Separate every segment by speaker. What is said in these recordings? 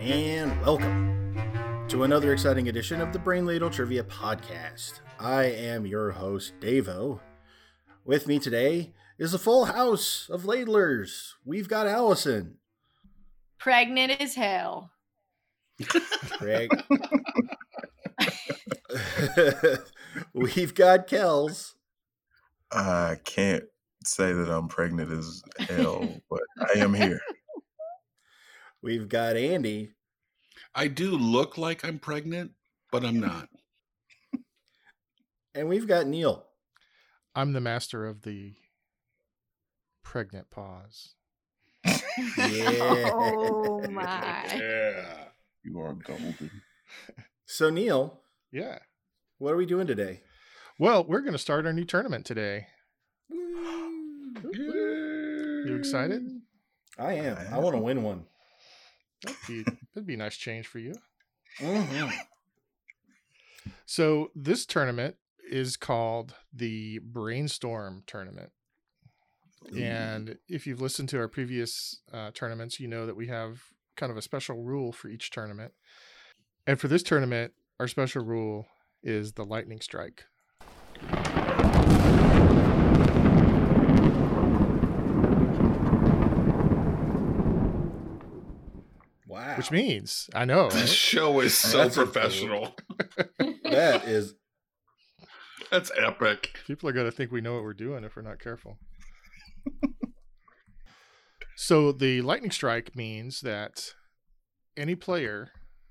Speaker 1: and welcome to another exciting edition of the Brain Ladle Trivia Podcast. I am your host, Davo. With me today is a full house of ladlers. We've got Allison.
Speaker 2: Pregnant as hell.
Speaker 1: Greg. We've got Kels.
Speaker 3: I can't say that I'm pregnant as hell, but I am here.
Speaker 1: We've got Andy.
Speaker 4: I do look like I'm pregnant, but I'm not.
Speaker 1: And we've got Neil.
Speaker 5: I'm the master of the pregnant pause.
Speaker 1: Yeah.
Speaker 2: oh my.
Speaker 4: Yeah.
Speaker 3: You are golden.
Speaker 1: So, Neil,
Speaker 5: Yeah.
Speaker 1: what are we doing today?
Speaker 5: Well, we're going to start our new tournament today.
Speaker 4: You
Speaker 5: excited?
Speaker 1: I am.
Speaker 3: I
Speaker 1: I want to win one.
Speaker 5: That'd be, that'd be a nice change for you.
Speaker 1: Mhm.
Speaker 3: Mm-hmm.
Speaker 5: So, this tournament is called the Brainstorm Tournament. And if you've listened to our previous uh, tournaments, you know that we have kind of a special rule for each tournament. And for this tournament, our special rule is the lightning strike.
Speaker 1: Wow.
Speaker 5: Which means, I know,
Speaker 4: This
Speaker 5: right?
Speaker 4: show is so
Speaker 3: That's a fool.
Speaker 4: professional.
Speaker 1: that is
Speaker 4: That's epic.
Speaker 5: people are going to think we know what we're doing if we're not careful. so the lightning strike means that any player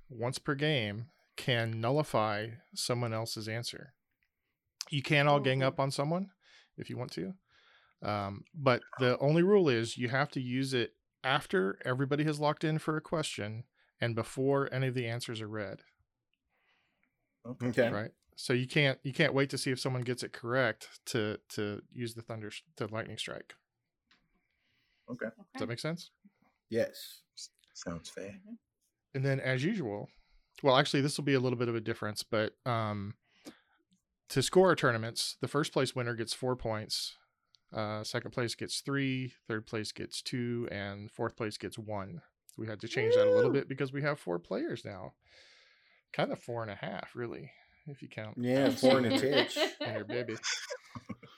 Speaker 5: once per game can nullify someone else's answer. You can all gang up on someone if you want to. Um, but the only rule is you have to use it after everybody has locked in for a question and before any of the answers are read
Speaker 1: okay.
Speaker 5: right so you can't you can't wait to see if someone gets it correct to to use the thunder s- the lightning strike does that make sense
Speaker 1: Yes.
Speaker 3: Sounds fair.
Speaker 5: and then as usual well actually this will be a little bit of a difference but um to score our tournaments the first place winner gets four points uh second place gets three third place gets two and fourth place gets one we had to change that a little
Speaker 2: Woo!
Speaker 5: bit because we have four players now kind of four and a half really if you count
Speaker 1: Yeah, four and a titch.
Speaker 5: and your baby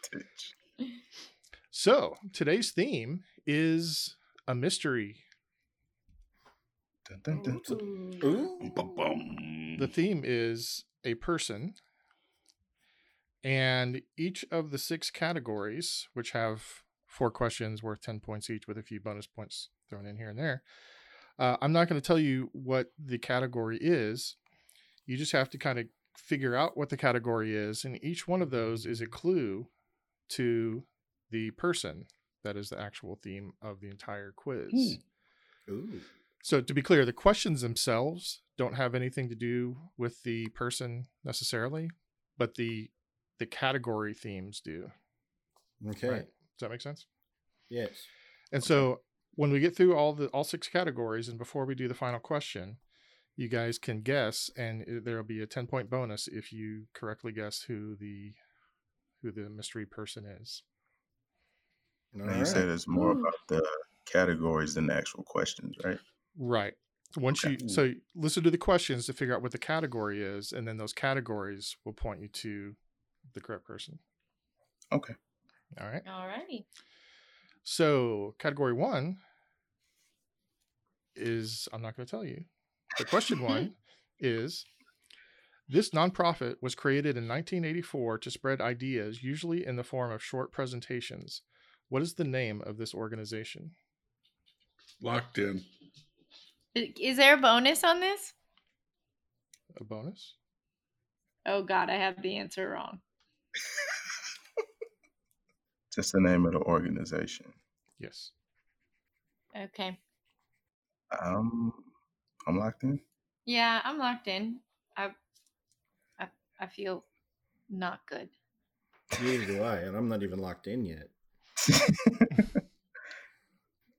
Speaker 3: Titch.
Speaker 5: So today's theme is a mystery.
Speaker 3: Dun, dun, dun, dun.
Speaker 2: Ooh.
Speaker 1: Ooh.
Speaker 4: Ba-bum.
Speaker 3: Mm.
Speaker 5: The theme is a person. And each of the six categories, which have four questions worth 10 points each with a few bonus points thrown in here and there, uh, I'm not going to tell you what the category is. You just have to kind of figure out what the category is. And each one of those is a clue to the person that is the actual theme of the entire quiz.
Speaker 1: Ooh.
Speaker 5: So to be clear, the questions themselves don't have anything to do with the person necessarily, but the the category themes do.
Speaker 1: Okay.
Speaker 5: Right? Does that make sense?
Speaker 1: Yes.
Speaker 5: And so when we get through all the all six categories and before we do the final question, you guys can guess and it- there'll be a 10 point bonus if you correctly guess who the who the mystery person is.
Speaker 1: All
Speaker 3: Now you said
Speaker 1: right.
Speaker 3: it's more
Speaker 2: Ooh.
Speaker 3: about the categories than the actual questions, right?
Speaker 5: Right. Once
Speaker 3: Okay.
Speaker 5: you so listen to the questions to figure out what the category is, and then those categories will point you to the correct person.
Speaker 3: Okay.
Speaker 5: All right.
Speaker 2: Alrighty.
Speaker 5: So category one is I'm not going to tell you. But question one is this nonprofit was created in 1984 to spread ideas, usually in the form of short presentations. What is the name of this organization?
Speaker 4: Locked in.
Speaker 2: I- Is there a bonus on this?
Speaker 5: A bonus?
Speaker 2: Oh god, I have the answer wrong.
Speaker 3: Just the name of the organization.
Speaker 5: Yes.
Speaker 2: Okay.
Speaker 3: Um, I'm locked in.
Speaker 2: Yeah, I'm locked in. I I I feel not good.
Speaker 1: Neither do I, and I'm not even locked in yet.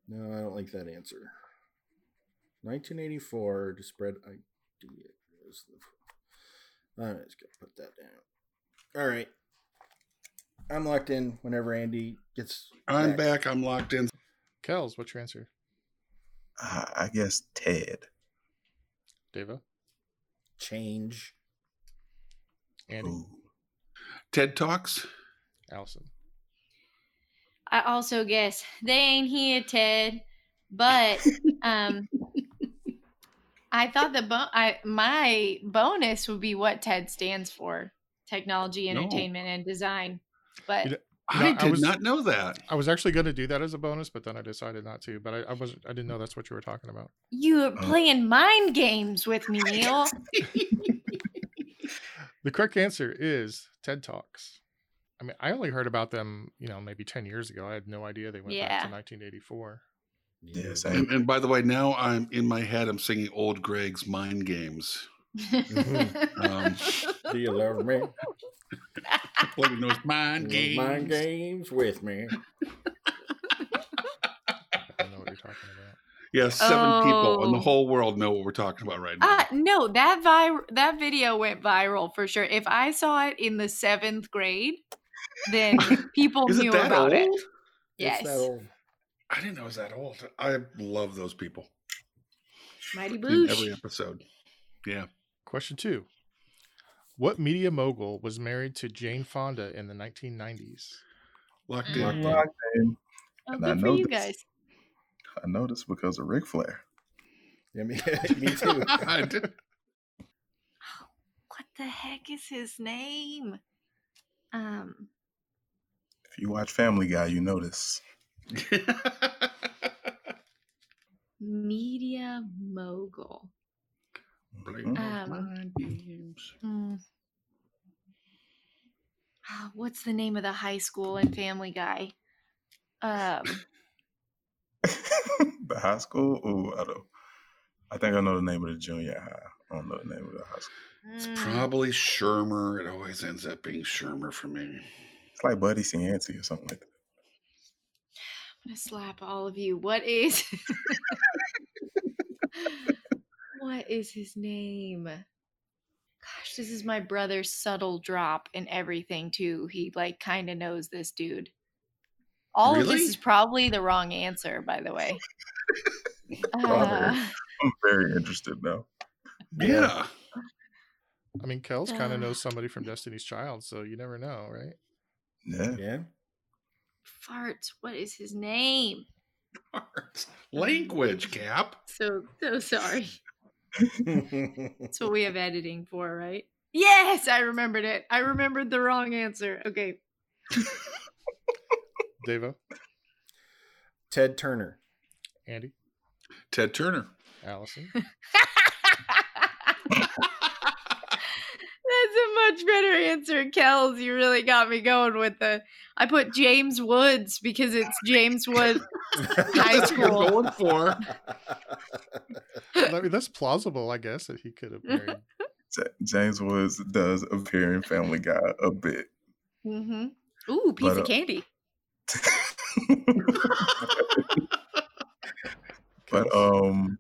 Speaker 1: No, I don't like that answer. 1984 to spread ideas. All right, let's go put that down. All right. I'm locked in whenever Andy gets.
Speaker 4: I'm back. I'm locked in.
Speaker 5: Kels, what's your answer?
Speaker 3: I I guess Ted.
Speaker 5: Devo,
Speaker 1: Change.
Speaker 5: Andy,
Speaker 3: Ooh.
Speaker 4: TED Talks.
Speaker 5: Allison.
Speaker 2: I also guess they ain't here, Ted. But um, I thought the bo- I, my bonus would be what TED stands for: technology,
Speaker 4: No.
Speaker 2: entertainment, and design. But
Speaker 5: You know- No,
Speaker 4: I
Speaker 5: I
Speaker 4: did
Speaker 5: was-
Speaker 4: not know that.
Speaker 5: I was actually going to do that as a bonus, but then I decided not to. But I, I wasn't. I didn't know that's what you were talking about.
Speaker 2: you are
Speaker 3: Oh.
Speaker 2: playing mind games with me, Neil.
Speaker 5: The correct answer is TED Talks. I mean, I only heard about them, you know, maybe ten years ago. I had no idea they went back to
Speaker 2: Yeah.
Speaker 5: 1984.
Speaker 3: Yeah, same.
Speaker 4: And, and by the way, now I'm in my head. I'm singing old Greg's mind games. Mhm.
Speaker 1: Do you love me?
Speaker 4: Playing those mind
Speaker 1: Love Mind games with me.
Speaker 5: I don't know what you're talking about.
Speaker 4: Yeah, seven people in the
Speaker 2: Oh.
Speaker 4: whole world know what we're talking about right now.
Speaker 2: Uh, no, that vi- that video went viral for sure. If I saw it in the seventh grade, then people
Speaker 4: Is
Speaker 2: knew
Speaker 4: it that
Speaker 2: about
Speaker 4: old?
Speaker 2: it.
Speaker 1: It's that
Speaker 2: Yes,
Speaker 1: old-
Speaker 4: I didn't know it was that old. I love those people.
Speaker 2: Mighty
Speaker 4: in
Speaker 2: Boosh.
Speaker 4: every episode. Yeah.
Speaker 5: Question two: What media mogul was married to Jane Fonda in the 1990s?
Speaker 4: Locked
Speaker 2: Mm.
Speaker 4: in.
Speaker 3: Locked in.
Speaker 2: oh,
Speaker 3: and I
Speaker 2: good for
Speaker 3: know
Speaker 2: you
Speaker 3: this.
Speaker 2: guys.
Speaker 3: I noticed because of Ric Flair.
Speaker 1: Yeah, me, me too.
Speaker 4: I did-
Speaker 2: What the heck is his name? Um,
Speaker 3: If you watch Family Guy, you notice.
Speaker 2: media mogul.
Speaker 4: Playing
Speaker 3: Mm-hmm.
Speaker 4: those
Speaker 1: Mm-hmm.
Speaker 2: Um,
Speaker 4: mind games.
Speaker 2: Hmm. Ah, What's the name of the high school and Family Guy? Um,
Speaker 3: the high school? Ooh, I don't. I think I know the name of the junior high. I don't know the name of the high school.
Speaker 4: It's
Speaker 2: mm,
Speaker 4: probably Shermer. It always ends up being Shermer for me.
Speaker 3: It's like Buddy Cianci or something like that.
Speaker 2: I'm gonna slap all of you. What is? what is his name? Gosh, this is my brother's subtle drop in everything too. He like kind of knows this dude. All of
Speaker 4: Really?
Speaker 2: this is probably the wrong answer, by the way. Uh,
Speaker 3: Brother. I'm very interested now.
Speaker 4: Yeah.
Speaker 5: I mean, Kells kind
Speaker 2: Uh.
Speaker 5: of knows somebody from Destiny's Child, so you never know, right?
Speaker 3: Yeah.
Speaker 1: Yeah.
Speaker 2: farts. What is his name?
Speaker 4: Language, Cap.
Speaker 2: So so sorry.
Speaker 1: That's
Speaker 2: That's what we have editing for, right? Yes, I remembered it. I remembered the wrong answer. Okay,
Speaker 5: Devo,
Speaker 1: Ted Turner.
Speaker 5: Andy,
Speaker 4: Ted Turner.
Speaker 5: Allison.
Speaker 2: That's a much better answer, Kells. You really got me going with the. I put James Woods because it's James Woods. High
Speaker 4: That's what you're
Speaker 2: school.
Speaker 4: going for.
Speaker 5: I mean, that's plausible, I guess, that he could have married.
Speaker 3: J- James Woods does appear in Family Guy a bit.
Speaker 2: hmm Ooh, piece
Speaker 3: But, uh,
Speaker 2: of candy.
Speaker 3: but um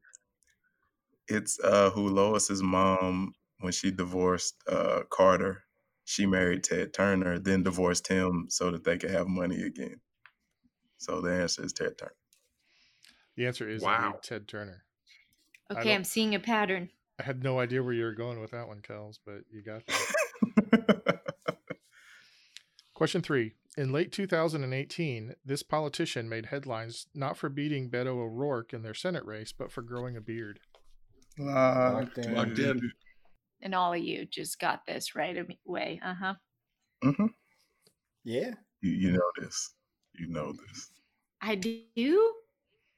Speaker 3: it's uh who Lois's mom when she divorced uh Carter, she married Ted Turner, then divorced him so that they could have money again. So the answer is Ted Turner.
Speaker 5: The answer is
Speaker 4: Wow.
Speaker 5: indeed Ted Turner. I
Speaker 2: Okay,
Speaker 5: don't-
Speaker 2: I'm seeing a pattern.
Speaker 5: I had no idea where you were going with that one, Kells, but you got that. Question three. In late 2018, this politician made headlines not for beating Beto O'Rourke in their Senate race, but for growing a beard.
Speaker 1: Locked in.
Speaker 4: Locked in.
Speaker 2: And all of you just got this right away. Uh huh.
Speaker 3: Mhm.
Speaker 1: Yeah.
Speaker 3: You, you know this. You know this.
Speaker 2: I do. I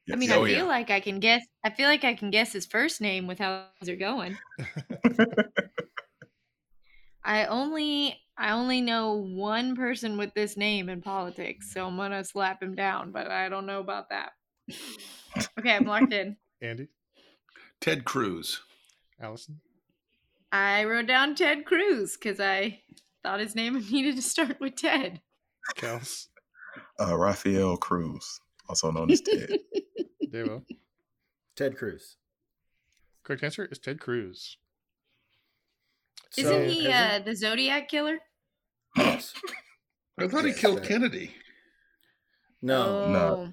Speaker 3: Yes.
Speaker 2: mean,
Speaker 4: Oh,
Speaker 2: I feel
Speaker 4: yeah.
Speaker 2: like I can guess. I feel like I can guess his first name with how they're going. I only I only know one person with this name in politics, so I'm gonna slap him down. But I don't know about that. Okay, I'm locked in.
Speaker 5: Andy,
Speaker 4: Ted Cruz.
Speaker 5: Allison,
Speaker 2: I wrote down Ted Cruz because I thought his name needed to start with Ted.
Speaker 5: Kells,
Speaker 3: uh Rafael Cruz, also known as Ted.
Speaker 5: Devo.
Speaker 1: Ted Cruz.
Speaker 5: Correct answer is Ted Cruz.
Speaker 1: So,
Speaker 2: Isn't he
Speaker 1: has
Speaker 2: uh, the Zodiac killer?
Speaker 1: Yes.
Speaker 4: I thought he
Speaker 1: Yes,
Speaker 4: killed
Speaker 1: that-
Speaker 4: Kennedy.
Speaker 1: No.
Speaker 3: no.
Speaker 2: Oh.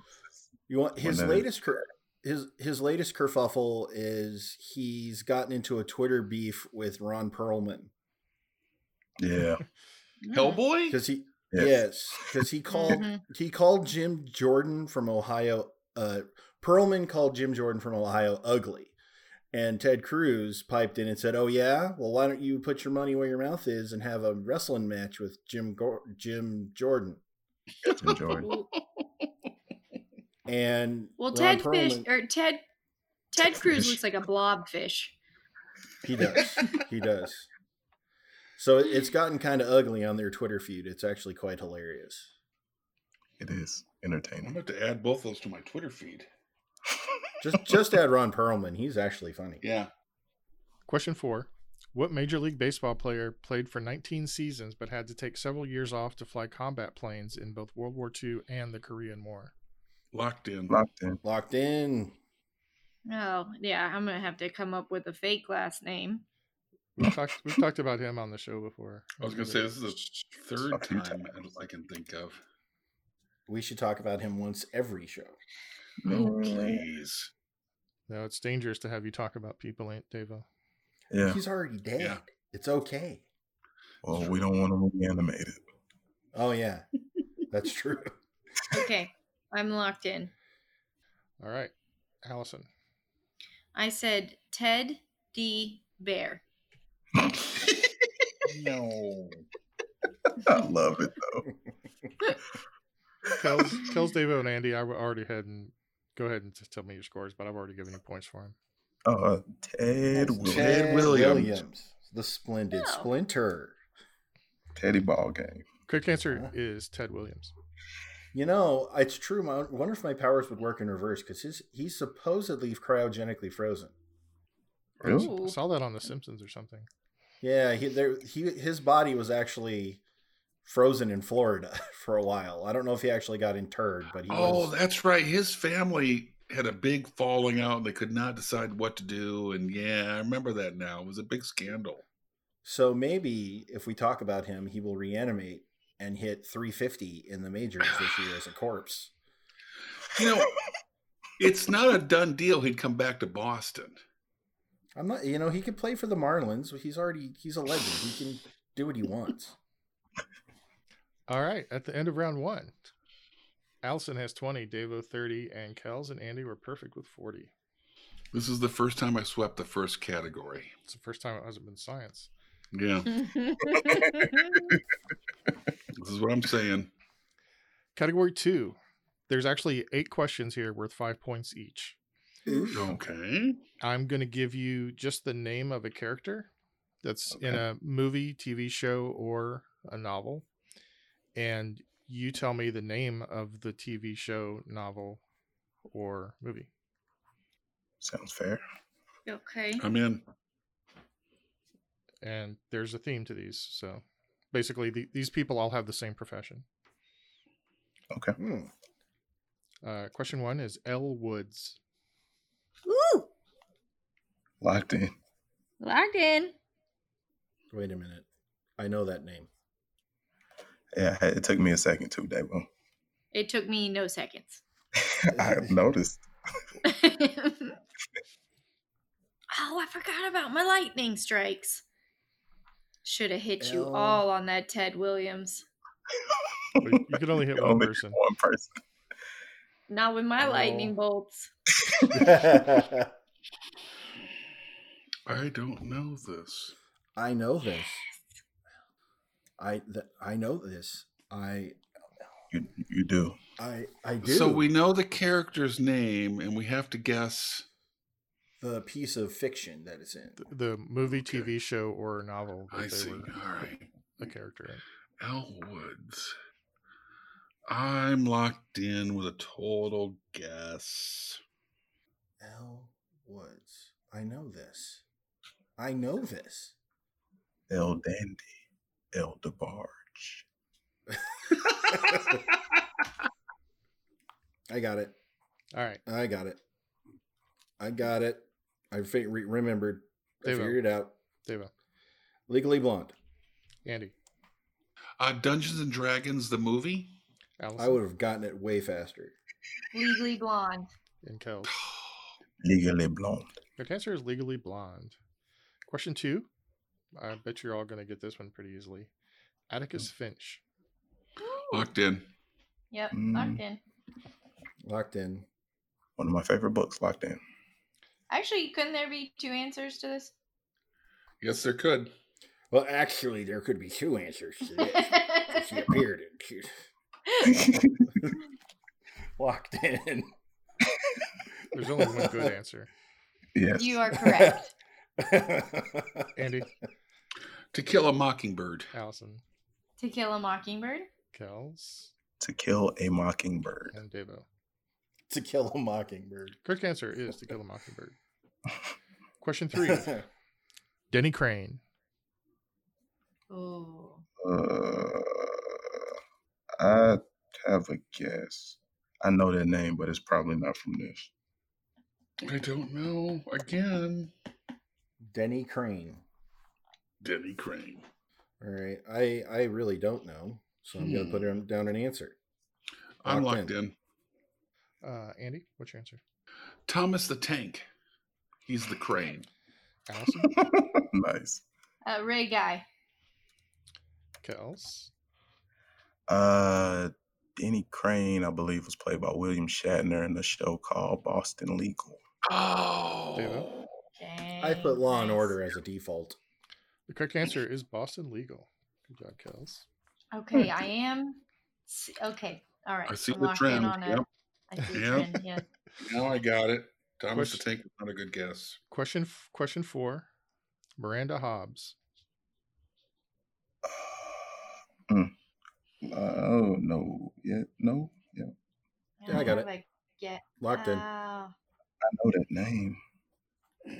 Speaker 1: You want his
Speaker 3: Well, no.
Speaker 1: latest career? his his latest kerfuffle is he's gotten into a Twitter beef with Ron Perlman
Speaker 3: Yeah.
Speaker 4: Hellboy?
Speaker 1: because he
Speaker 3: Yeah.
Speaker 1: yes because he called
Speaker 2: Mhm.
Speaker 1: he called Jim Jordan from Ohio. Uh, Perlman called Jim Jordan from Ohio ugly, and Ted Cruz piped in and said, "Oh yeah, well why don't you put your money where your mouth is and have a wrestling match with Jim Gor Jim Jordan?"
Speaker 3: Jim Jordan.
Speaker 1: And
Speaker 2: Well,
Speaker 1: Ron
Speaker 2: Ted Fish
Speaker 1: Perlman-
Speaker 2: or Ted Ted Cruz
Speaker 3: Fish.
Speaker 2: looks like a blobfish.
Speaker 1: he does, he does. So it- it's gotten kind of ugly on their Twitter feed. It's actually quite hilarious.
Speaker 3: It is
Speaker 4: I'm
Speaker 3: entertaining.
Speaker 4: about to add both those to my Twitter feed.
Speaker 1: Just just add Ron Perlman; he's actually funny.
Speaker 4: Yeah.
Speaker 5: Question four What Major League Baseball player played for 19 seasons but had to take several years off to fly combat planes in both World War II and the Korean War?
Speaker 4: Locked in.
Speaker 3: Locked in.
Speaker 1: Locked in.
Speaker 2: Oh yeah, I'm gonna have to come up with a fake last name.
Speaker 5: We've talked, we've talked about him on the show before.
Speaker 4: I was going to say, this is the third
Speaker 3: A few
Speaker 4: time I- I can think of.
Speaker 1: We should talk about him once every show.
Speaker 4: No, Oh, please.
Speaker 5: No, it's dangerous to have you talk about people, Aunt Devo.
Speaker 3: Yeah.
Speaker 1: He's already dead.
Speaker 4: Yeah.
Speaker 1: It's okay.
Speaker 3: Well, we don't want him reanimated.
Speaker 1: Oh yeah, that's true.
Speaker 2: Okay, I'm locked in.
Speaker 5: All right, Allison.
Speaker 2: I said Ted D. Bear.
Speaker 4: No.
Speaker 3: I love it though.
Speaker 5: Tells, tells Devo and Andy, I w- already had and go ahead and just tell me your scores, but I've already given you points for him.
Speaker 3: Uh, Ted
Speaker 1: That's
Speaker 3: Williams.
Speaker 4: Ted Williams.
Speaker 1: the splendid
Speaker 2: Oh.
Speaker 1: Splinter.
Speaker 3: Teddy ball game.
Speaker 5: Quick answer
Speaker 1: Uh-huh.
Speaker 5: is Ted Williams.
Speaker 1: You know, it's true. my- I wonder if my powers would work in reverse because his he's supposedly cryogenically frozen.
Speaker 3: Really?
Speaker 5: I saw that on The Simpsons or something.
Speaker 1: Yeah, he there he his body was actually frozen in Florida for a while. I don't know if he actually got interred, but he
Speaker 4: Oh,
Speaker 1: was,
Speaker 4: that's right. His family had a big falling out. They could not decide what to do. And yeah, I remember that now. It was a big scandal.
Speaker 1: so maybe if we talk about him, he will reanimate and hit 350 in the majors this year as a corpse.
Speaker 4: You know, it's not a done deal. He'd come back to Boston.
Speaker 1: I'm not. You know, he could play for the Marlins. He's already. He's a legend. He can do what he wants.
Speaker 5: All right, at the end of round one, Allison has 20, Devo 30, and Kels and Andy were perfect with 40.
Speaker 4: This is the first time I swept the first category.
Speaker 5: It's the first time it hasn't been science.
Speaker 4: Yeah, this is what I'm saying.
Speaker 5: Category two. There's actually eight questions here worth five points each.
Speaker 1: Hmm.
Speaker 4: Okay.
Speaker 5: I'm going to give you just the name of a character that's in
Speaker 3: Okay.
Speaker 5: a movie, TV show, or a novel. And you tell me the name of the TV show, novel, or movie.
Speaker 3: Sounds fair.
Speaker 2: okay.
Speaker 1: Um,
Speaker 4: I'm in.
Speaker 5: And there's a theme to these. So basically, the, these people all have the same profession.
Speaker 3: Okay.
Speaker 1: Hmm.
Speaker 5: Uh, question one is L. Woods.
Speaker 2: Ooh,
Speaker 3: Locked in.
Speaker 2: locked in.
Speaker 1: Wait a minute. I know that name.
Speaker 3: Yeah, it took me a second too, Davo.
Speaker 2: It took me no seconds.
Speaker 3: I noticed.
Speaker 2: oh, I Oh, forgot about my lightning strikes. Should have hit you
Speaker 1: L.
Speaker 2: all on that Ted Williams.
Speaker 4: Oh
Speaker 5: But you can only hit one
Speaker 3: Only
Speaker 5: person.
Speaker 3: One person.
Speaker 2: Not with my lightning
Speaker 1: L.
Speaker 2: bolts.
Speaker 4: I don't know this.
Speaker 1: I know this. I th- I know this. I
Speaker 3: You you do.
Speaker 1: I I do.
Speaker 4: So we know the character's name, and we have to guess.
Speaker 1: the piece of fiction that it's in.
Speaker 5: Th- The movie,
Speaker 4: Okay.
Speaker 5: TV show, or novel that
Speaker 4: I
Speaker 5: they
Speaker 4: see.
Speaker 5: were
Speaker 4: All right.
Speaker 5: a character in.
Speaker 4: Elwoods. I'm locked in with a total guess.
Speaker 1: L Woods. I know this. I know this.
Speaker 3: El Dandy. El DeBarge.
Speaker 1: I got it.
Speaker 5: All right.
Speaker 1: I got it. I got it. I fi- re- remembered. I
Speaker 5: Devo.
Speaker 1: figured it out.
Speaker 5: Devo.
Speaker 1: Legally Blonde.
Speaker 5: Andy.
Speaker 4: Uh, Dungeons and Dragons, the movie.
Speaker 5: Allison.
Speaker 1: I would have gotten it way faster.
Speaker 2: Legally blonde.
Speaker 5: And Kels.
Speaker 3: Legally blonde.
Speaker 5: Good answer is legally blonde. Question two. I bet you're all going to get this one pretty easily. Atticus Finch.
Speaker 4: Locked in.
Speaker 2: Yep,
Speaker 3: Mm.
Speaker 2: locked in.
Speaker 1: Locked in.
Speaker 3: One of my favorite books, Locked In.
Speaker 2: Actually, couldn't there be two answers to this?
Speaker 4: Yes, there could.
Speaker 1: Well, actually, there could be two answers to this. 'cause she appeared in. She locked in.
Speaker 5: There's only one good answer.
Speaker 3: Yes.
Speaker 2: you are correct.
Speaker 5: Andy,
Speaker 4: To Kill a Mockingbird.
Speaker 5: Allison,
Speaker 2: to kill a mockingbird.
Speaker 5: Kels,
Speaker 3: to kill a mockingbird.
Speaker 5: and Devo.
Speaker 1: to kill a mockingbird.
Speaker 5: Correct answer is To Kill a Mockingbird. Question three. Denny Crane.
Speaker 2: Oh,
Speaker 3: Uh, I have a guess. I know that name, but it's probably not from this.
Speaker 4: I don't know. Again,
Speaker 1: Denny Crane.
Speaker 4: Denny Crane.
Speaker 1: All right. I I really don't know, so I'm gonna put
Speaker 5: Hmm.
Speaker 1: him down an answer.
Speaker 4: I'm
Speaker 1: Locked
Speaker 4: locked
Speaker 1: in.
Speaker 4: in.
Speaker 5: Uh, Andy, what's your answer?
Speaker 4: Thomas the Tank. He's the Crane.
Speaker 5: Allison,
Speaker 3: nice.
Speaker 2: uh, Ray guy.
Speaker 5: Kels,
Speaker 3: Uh, Denny Crane, I believe, was played by William Shatner in a show called Boston Legal.
Speaker 4: Oh.
Speaker 5: Devo?
Speaker 2: Dang,
Speaker 1: I put Law and
Speaker 2: nice.
Speaker 1: Order as a default.
Speaker 5: The correct answer is Boston Legal. Good job, Kels.
Speaker 2: Okay, I am. s- Okay, all right.
Speaker 4: Hmm. I see
Speaker 2: I'm
Speaker 4: the
Speaker 2: locked in
Speaker 4: trend.
Speaker 2: on a-
Speaker 4: Yep.
Speaker 2: I see the
Speaker 4: Yep.
Speaker 2: trend, yeah.
Speaker 4: Now I got it. Thomas the
Speaker 5: Question-
Speaker 4: Tank was not a good guess.
Speaker 5: Question f- question four. Miranda Hobbs.
Speaker 3: Mm. Oh no! Yeah, no. Yeah,
Speaker 1: Yeah, I got it.
Speaker 2: Like, yeah.
Speaker 1: Locked in.
Speaker 2: Oh,
Speaker 3: I know that name.
Speaker 2: oh,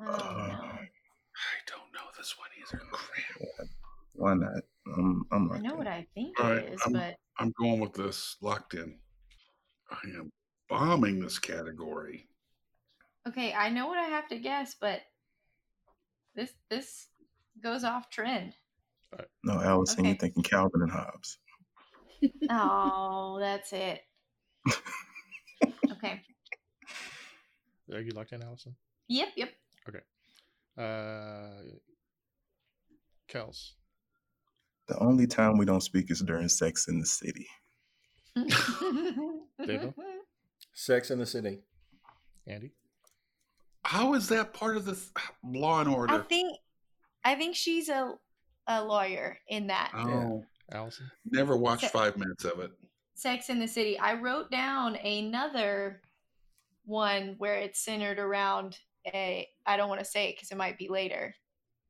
Speaker 3: Uh,
Speaker 2: no.
Speaker 4: I don't know this one either. Crap.
Speaker 3: why not? I'm, I'm
Speaker 2: I
Speaker 3: locked
Speaker 2: know
Speaker 3: in.
Speaker 2: what I think
Speaker 4: All
Speaker 2: it
Speaker 4: right,
Speaker 2: is,
Speaker 4: I'm-
Speaker 2: but
Speaker 4: I'm going with this. Locked in. I am bombing this category.
Speaker 2: okay, I know what I have to guess, but this this goes off trend.
Speaker 3: No, Allison, you're
Speaker 2: Okay.
Speaker 3: thinking Calvin and Hobbes.
Speaker 2: oh, that's it. Okay.
Speaker 5: Are you locked in, Allison?
Speaker 2: Yep, yep.
Speaker 5: Uh, Kels.
Speaker 3: The only time we don't speak is during Sex in the City.
Speaker 5: Devo?
Speaker 1: Sex in the City.
Speaker 5: Andy.
Speaker 4: How is that part of this Law and
Speaker 2: I
Speaker 4: Order?
Speaker 2: think I think she's a a lawyer in that.
Speaker 4: Oh,
Speaker 5: Allison.
Speaker 4: never watched
Speaker 2: Se-
Speaker 4: five minutes of it.
Speaker 2: Sex in the City. I wrote down another one where it's centered around a I don't want to say it because it might be later.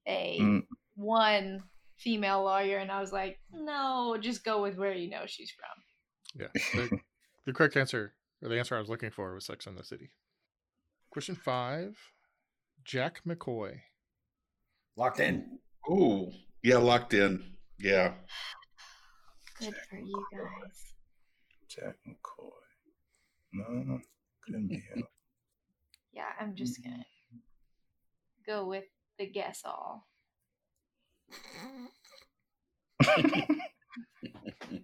Speaker 2: A
Speaker 3: Mm.
Speaker 2: one female lawyer, and I was like, no, just go with where you know she's from.
Speaker 5: Yeah. The, the correct answer, or the answer I was looking for, was Sex in the City. Question five. Jack McCoy.
Speaker 1: Locked in.
Speaker 4: Oh, yeah, locked in. Yeah.
Speaker 2: Good for you guys.
Speaker 3: Jack McCoy. No, couldn't be him.
Speaker 2: Yeah, I'm
Speaker 4: Mm-hmm.
Speaker 2: just gonna go with the guess all.
Speaker 3: Yeah,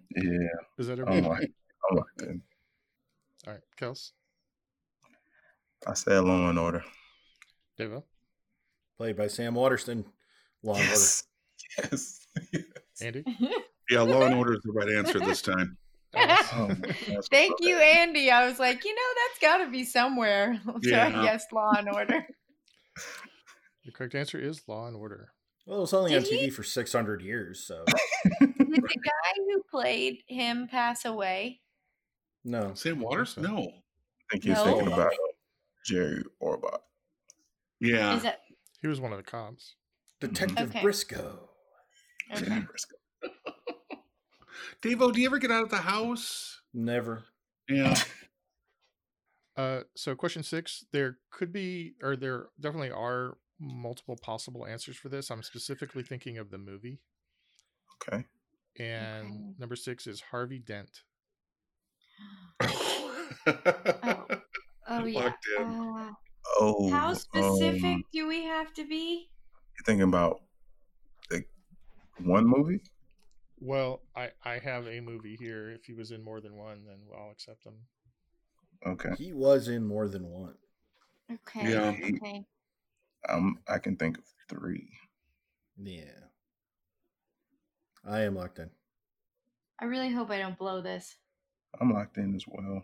Speaker 5: Is that
Speaker 3: I'm
Speaker 5: everybody?
Speaker 3: locked. I'm locked in.
Speaker 5: All right. Kels.
Speaker 3: I said Law and Order.
Speaker 5: Devo.
Speaker 1: Played by Sam Waterston.
Speaker 3: Oh,
Speaker 1: Law and
Speaker 3: Yes. Yes.
Speaker 5: Andy.
Speaker 4: Yeah, Law and Order is the right answer this time.
Speaker 3: Oh
Speaker 5: Allison.
Speaker 3: my gosh,
Speaker 2: Thank
Speaker 3: okay.
Speaker 2: you, Andy. I was like, you know, that's got to be somewhere. so
Speaker 4: Yeah.
Speaker 2: I guessed Law and Order.
Speaker 5: the correct answer is Law and Order.
Speaker 1: Well, it was only on
Speaker 2: Did he-
Speaker 1: TV for 600 years, so
Speaker 2: Did the guy who played him pass away?
Speaker 1: no.
Speaker 4: Sam Waters? No.
Speaker 3: I think you're
Speaker 2: No.
Speaker 3: thinking about Jerry Orbach.
Speaker 4: Yeah.
Speaker 2: Is that
Speaker 5: He was one of the cops.
Speaker 1: Detective
Speaker 2: Okay.
Speaker 1: Briscoe.
Speaker 2: okay?
Speaker 4: Davo, oh, do you ever get out of the house?
Speaker 1: Never.
Speaker 4: Yeah.
Speaker 5: Uh, so question six, there could be, or there definitely are multiple possible answers for this. I'm specifically thinking of the movie.
Speaker 3: Okay.
Speaker 5: And
Speaker 2: Okay.
Speaker 5: number six is Harvey Dent.
Speaker 2: Oh yeah.
Speaker 4: Locked in.
Speaker 2: Uh,
Speaker 3: Oh.
Speaker 2: how specific
Speaker 3: um,
Speaker 2: do we have to be?
Speaker 3: you're thinking about like one movie?
Speaker 5: Well, I I have a movie here. If he was in more than one, then I'll accept him.
Speaker 3: Okay.
Speaker 1: He was in more than one.
Speaker 2: Okay.
Speaker 4: Yeah.
Speaker 2: Okay.
Speaker 3: Um, I can think of three.
Speaker 1: Yeah. I am locked in.
Speaker 2: I really hope I don't blow this.
Speaker 3: I'm locked in as well.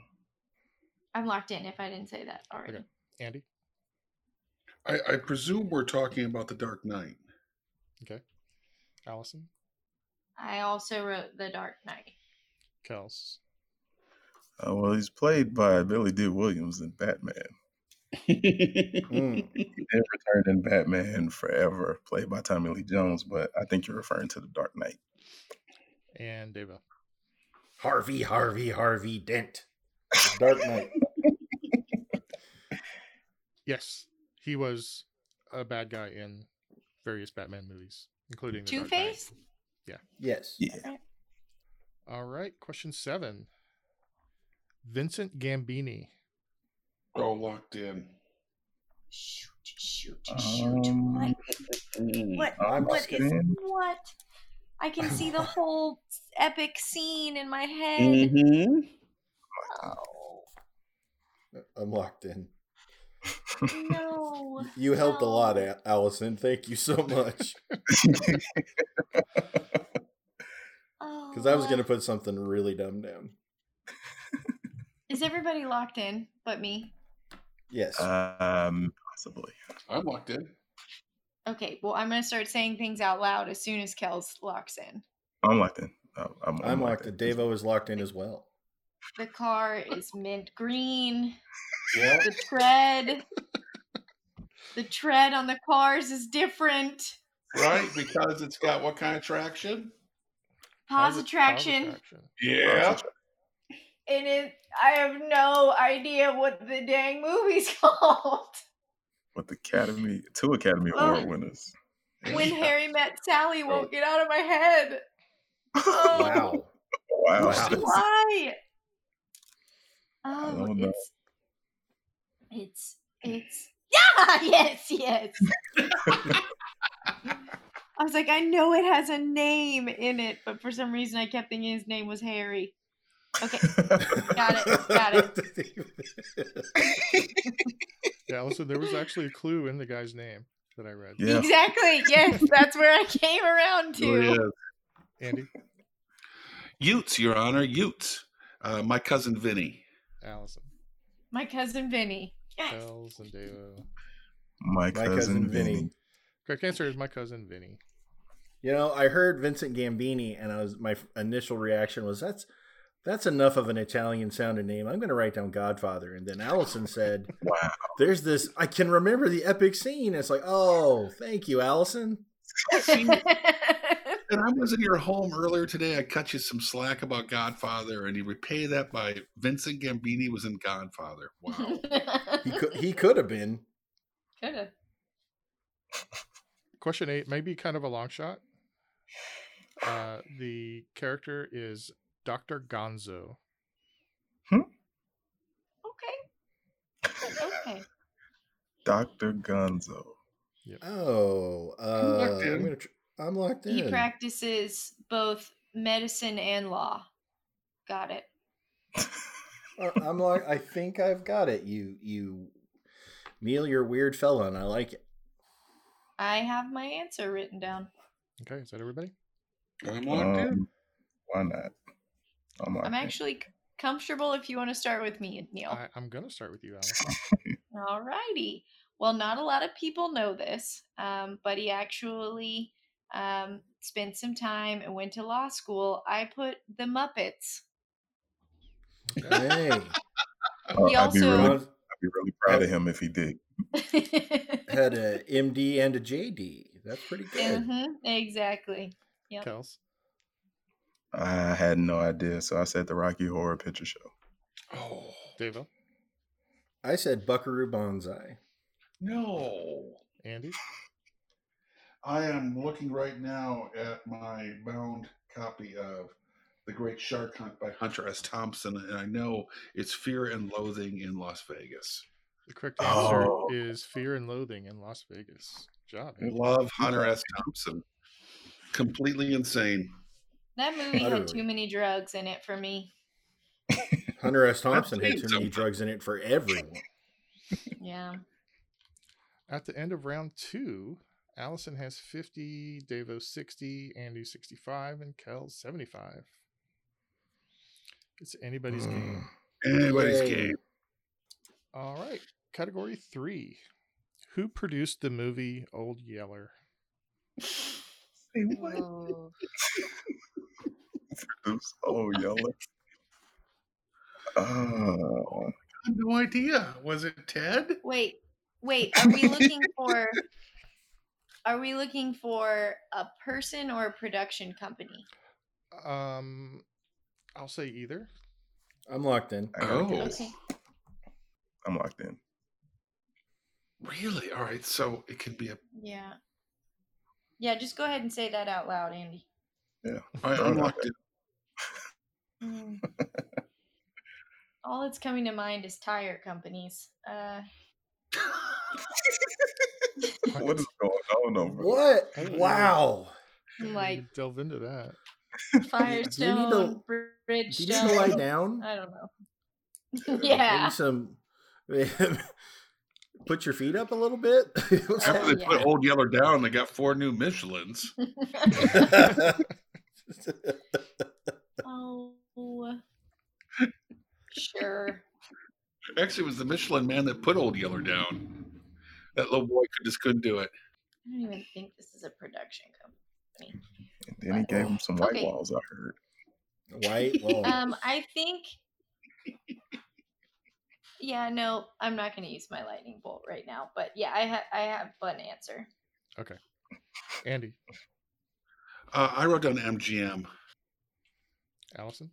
Speaker 2: I'm locked in if I didn't say that already.
Speaker 5: Andy?
Speaker 4: I, I presume we're talking about the Dark Knight.
Speaker 5: Okay. Allison?
Speaker 2: I also wrote The Dark Knight.
Speaker 5: Kels?
Speaker 3: Uh, well, he's played by Billy D. Williams in Batman.
Speaker 1: Mm.
Speaker 3: He did return in Batman Forever, played by Tommy Lee Jones, but I think you're referring to the Dark Knight.
Speaker 5: And Deva.
Speaker 1: Harvey, Harvey, Harvey Dent. The Dark Knight.
Speaker 5: Yes. He was a bad guy in various Batman movies, including the
Speaker 2: Two
Speaker 5: Dark Knight.
Speaker 2: Face?
Speaker 1: Yes.
Speaker 3: Yeah.
Speaker 5: All right. Question seven Vincent Gambini.
Speaker 4: Oh, locked in.
Speaker 2: Shoot, shoot, shoot.
Speaker 3: Um,
Speaker 2: Mike,
Speaker 4: Mm-hmm.
Speaker 2: what?
Speaker 3: I'm
Speaker 2: What is
Speaker 3: saying-
Speaker 2: what? I can see the whole epic scene in my head.
Speaker 4: Mm-hmm.
Speaker 6: hmm
Speaker 2: Oh,
Speaker 1: Uh, I'm locked in.
Speaker 2: no.
Speaker 1: You helped a
Speaker 2: No.
Speaker 1: lot, A- Allison. Thank you so much.
Speaker 2: Oh.
Speaker 1: Because I was going to put something really dumb down.
Speaker 2: Is everybody locked in but me?
Speaker 1: Yes.
Speaker 3: um, possibly.
Speaker 4: I'm locked in.
Speaker 2: Okay, well, I'm going to start saying things out loud as soon as Kels locks in.
Speaker 3: I'm locked in. I'm, I'm,
Speaker 1: I'm locked in. Davo is locked in as well.
Speaker 2: The car is mint green.
Speaker 4: Yeah.
Speaker 2: The tread. The tread on the cars is different.
Speaker 4: Right? Because it's got what kind of traction?
Speaker 2: Pause
Speaker 5: Positive-
Speaker 2: attraction.
Speaker 5: positive attraction.
Speaker 4: Yeah.
Speaker 2: And it, I have no idea what the dang movie's called.
Speaker 3: With Academy, two Academy
Speaker 2: Oh.
Speaker 3: Award winners.
Speaker 2: When Harry Met Sally won't get out of my head. Oh,
Speaker 1: Wow.
Speaker 3: Wow.
Speaker 1: Wow.
Speaker 2: Why? Oh,
Speaker 3: don't know.
Speaker 2: it's, it's, it's, yeah, yes, yes. I was like, I know it has a name in it, but for some reason I kept thinking his name was Harry. Okay, Got it, got
Speaker 1: it.
Speaker 5: Yeah, Allison, there was actually a clue in the guy's name that I read.
Speaker 3: Yeah.
Speaker 2: exactly. Yes, that's where I came around to.
Speaker 4: Oh, yeah.
Speaker 5: Andy?
Speaker 4: Utes, Your Honor, Utes. Uh, my cousin Vinny.
Speaker 5: Allison?
Speaker 2: My cousin Vinny. Yes.
Speaker 5: Kels and Deva.
Speaker 3: My
Speaker 1: My
Speaker 3: cousin,
Speaker 1: cousin
Speaker 3: Vinny.
Speaker 1: Vinny.
Speaker 5: Correct answer is my cousin Vinny.
Speaker 1: You know, I heard Vincent Gambini, and I was my f- initial reaction was that's that's enough of an Italian sounding name. I'm going to write down Godfather, and then Allison said,
Speaker 3: Wow.
Speaker 1: "There's this. I can remember the epic scene." It's like, oh, thank you, Allison.
Speaker 4: See, and I was in your home earlier today. I cut you some slack about Godfather, and you repay that by Vincent Gambini was in Godfather. Wow.
Speaker 1: He could he could have been.
Speaker 2: Coulda.
Speaker 5: Question eight may be kind of a long shot. Uh, the character is Dr. Gonzo.
Speaker 2: Okay. Okay.
Speaker 3: Dr. Gonzo.
Speaker 1: Oh, uh, I'm
Speaker 4: locked
Speaker 1: locked
Speaker 4: in.
Speaker 1: in. I'm, gonna tr- I'm locked in.
Speaker 2: He practices both medicine and law. Got it.
Speaker 1: Uh, I'm like, I think I've got it. You you, Neil, you're a weird fella, and I like it.
Speaker 2: I have my answer written down.
Speaker 5: Okay, is that everybody?
Speaker 4: I'm locked in.
Speaker 3: Um, why not? I'm locked
Speaker 2: I'm
Speaker 3: in.
Speaker 2: actually c- comfortable if you want to start with me, Neil.
Speaker 5: I, I'm going to start with you, Allison.
Speaker 2: Alrighty. Well, not a lot of people know this, um, but he actually um, spent some time and went to law school. I put the Muppets.
Speaker 1: Hey,
Speaker 3: Oh,
Speaker 2: He
Speaker 3: I'd, be
Speaker 2: also-
Speaker 3: really,
Speaker 1: I
Speaker 3: I'd be really proud of him if he did.
Speaker 1: had a MD and a JD. That's pretty good.
Speaker 2: hmm exactly. Yep.
Speaker 5: Kels?
Speaker 3: I had no idea, so I said the Rocky Horror Picture Show.
Speaker 4: Oh,
Speaker 5: Deva?
Speaker 1: I said Buckaroo Banzai.
Speaker 4: no.
Speaker 5: Andy?
Speaker 4: I am looking right now at my bound copy of The Great Shark Hunt by Hunter S. Thompson, and I know it's Fear and Loathing in Las Vegas.
Speaker 5: The correct answer
Speaker 3: Oh.
Speaker 5: is Fear and Loathing in Las Vegas. Good job.
Speaker 4: I
Speaker 5: Andy.
Speaker 4: love Hunter S. Thompson. Completely insane.
Speaker 2: That movie had
Speaker 1: Utterly.
Speaker 2: too many drugs in it for me.
Speaker 1: Hunter S. Thompson had too
Speaker 4: That's
Speaker 1: many
Speaker 4: it.
Speaker 1: drugs in it for everyone.
Speaker 2: Yeah.
Speaker 5: At the end of round two, Allison has 50, Davo 60, Andy 65, and Kel 75. It's
Speaker 3: Mm. Hmm.
Speaker 5: anybody's game.
Speaker 4: Anybody's
Speaker 1: Yay.
Speaker 4: game.
Speaker 5: All right. Category three. Who produced the movie Old Yeller?
Speaker 4: Say what?
Speaker 2: Oh.
Speaker 3: Oops. Oh, y'all. Oh,
Speaker 4: I have no idea. Was it Ted?
Speaker 2: Wait, wait. Are we looking for? Are we looking for a person or a production company?
Speaker 5: Um, I'll say either.
Speaker 1: I'm locked in.
Speaker 3: I gotta
Speaker 4: Oh.
Speaker 3: guess.
Speaker 2: Okay.
Speaker 3: I'm locked in.
Speaker 4: Really? All right. So it could be a.
Speaker 2: Yeah. Yeah. Just go ahead and say that out loud, Andy.
Speaker 4: All right, I'm locked in.
Speaker 2: Mm. All that's coming to mind is tire companies. Uh,
Speaker 3: What is going on over? there?
Speaker 1: What?
Speaker 5: I don't know.
Speaker 1: Wow.
Speaker 5: Don't
Speaker 2: I'm
Speaker 5: really
Speaker 2: like
Speaker 5: delve into that.
Speaker 2: Firestone,
Speaker 1: Do you need to lie
Speaker 2: Bridgestone.
Speaker 1: down?
Speaker 2: I don't know.
Speaker 1: Maybe
Speaker 2: Uh, yeah.
Speaker 1: some. Put your feet up a little bit. What's
Speaker 4: After they
Speaker 2: yeah.
Speaker 4: put Old Yeller down, they got four new Michelins.
Speaker 1: that?
Speaker 2: oh. Sure.
Speaker 4: Actually, it was the Michelin man that put Old Yeller down. That little boy could, just couldn't do it.
Speaker 2: I don't even think this is a production company.
Speaker 3: And then he gave him some white
Speaker 2: Okay.
Speaker 3: walls. I heard.
Speaker 1: White wall.
Speaker 2: Um, I think. Yeah, no, I'm not going to use my lightning bolt right now. But yeah, I have I have one answer.
Speaker 5: Andy,
Speaker 4: Uh, I wrote down MGM.
Speaker 5: Allison,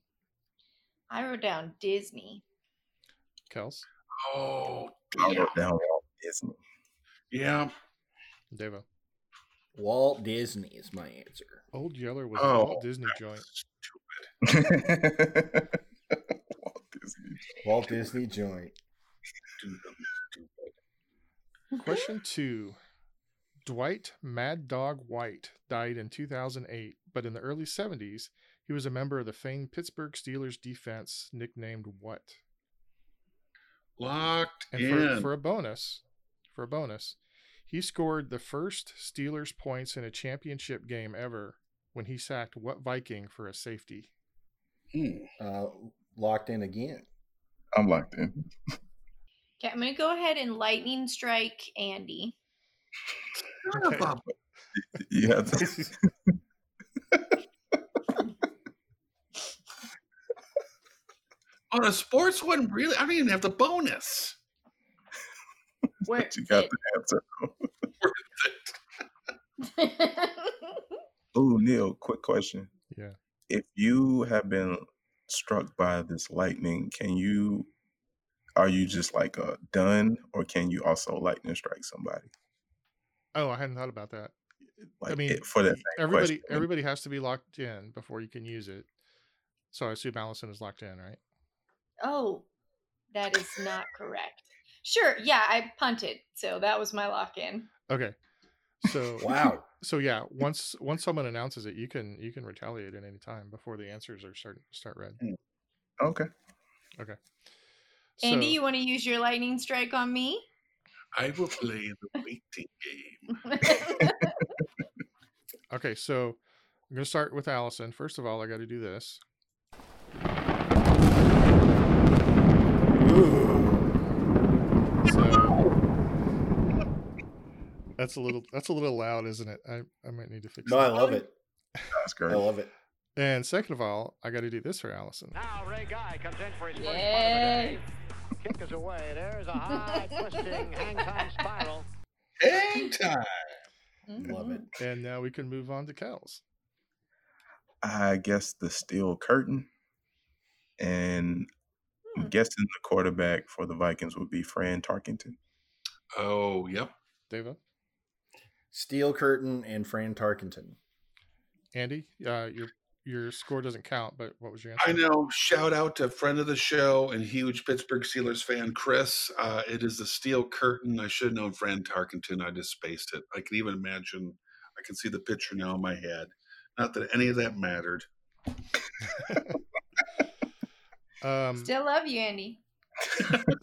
Speaker 2: I wrote down Disney.
Speaker 5: Kels,
Speaker 4: Oh,
Speaker 3: I
Speaker 4: yeah.
Speaker 3: wrote down Walt Disney.
Speaker 4: Yeah.
Speaker 5: Devo.
Speaker 1: Walt Disney is my answer.
Speaker 5: Old Yeller was a
Speaker 4: Oh,
Speaker 5: Walt Disney joint.
Speaker 3: Walt Disney.
Speaker 1: Walt Disney joint.
Speaker 5: Question two. Dwight Mad Dog White died in 2008, but in the early 70s, he was a member of the famed Pittsburgh Steelers defense, nicknamed what?
Speaker 4: Locked
Speaker 5: And
Speaker 4: in.
Speaker 5: for, for a bonus, for a bonus, he scored the first Steelers points in a championship game ever when he sacked what Viking for a safety?
Speaker 4: Hmm.
Speaker 1: Uh, locked in again.
Speaker 3: I'm locked in.
Speaker 2: Okay, I'm going to go ahead and lightning strike Andy.
Speaker 4: Son of a-
Speaker 3: You have to.
Speaker 4: On a sports one, really? I don't even have the bonus.
Speaker 2: Where
Speaker 3: you got the answer. Ooh, Neil. Quick question.
Speaker 5: Yeah.
Speaker 3: If you have been struck by this lightning, can you? Are you just like uh, done, or can you also lightning strike somebody?
Speaker 5: Oh, I hadn't thought about that.
Speaker 3: Like
Speaker 5: I mean,
Speaker 3: it, for that same
Speaker 5: everybody
Speaker 3: question.
Speaker 5: everybody has to be locked in before you can use it. So I assume Allison is locked in, right?
Speaker 2: oh, that is not correct. Sure, yeah, I punted, so that was my lock in.
Speaker 5: Okay. So
Speaker 1: Wow.
Speaker 5: so yeah, once once someone announces it, you can you can retaliate at any time before the answers are start start read.
Speaker 3: Okay.
Speaker 2: Andy,
Speaker 5: So-
Speaker 2: you want to use your lightning strike on me?
Speaker 4: I will play the waiting game.
Speaker 5: Okay, so I'm going to start with Allison. First of all, I got to do this. So that's a little that's a little loud, isn't it? I, I might need to fix
Speaker 1: No, I
Speaker 5: that.
Speaker 1: love it.
Speaker 3: That's
Speaker 1: I
Speaker 3: great.
Speaker 1: love it.
Speaker 5: And second of all, I got to do this for Allison.
Speaker 6: Now Ray Guy comes in for his first
Speaker 2: Yay.
Speaker 6: punt of the day. Kick is away. There's a high twisting hang time spiral.
Speaker 4: Hang time.
Speaker 2: Mm-hmm.
Speaker 1: Love it.
Speaker 5: And now we can move on to Kells.
Speaker 3: I guess the steel curtain. And I'm
Speaker 2: Hmm.
Speaker 3: guessing the quarterback for the Vikings would be Fran Tarkenton.
Speaker 4: Oh, yep.
Speaker 5: Deva,
Speaker 1: Steel Curtain and Fran Tarkenton.
Speaker 5: Andy, uh, your your score doesn't count, but what was your
Speaker 4: I
Speaker 5: answer?
Speaker 4: know. Shout out to friend of the show and huge Pittsburgh Steelers fan, Chris. Uh, it is the steel curtain. I should have known Fran Tarkenton. I just spaced it. I can even imagine. I can see the picture now in my head. Not that any of that mattered.
Speaker 5: Um,
Speaker 2: Still love you, Andy.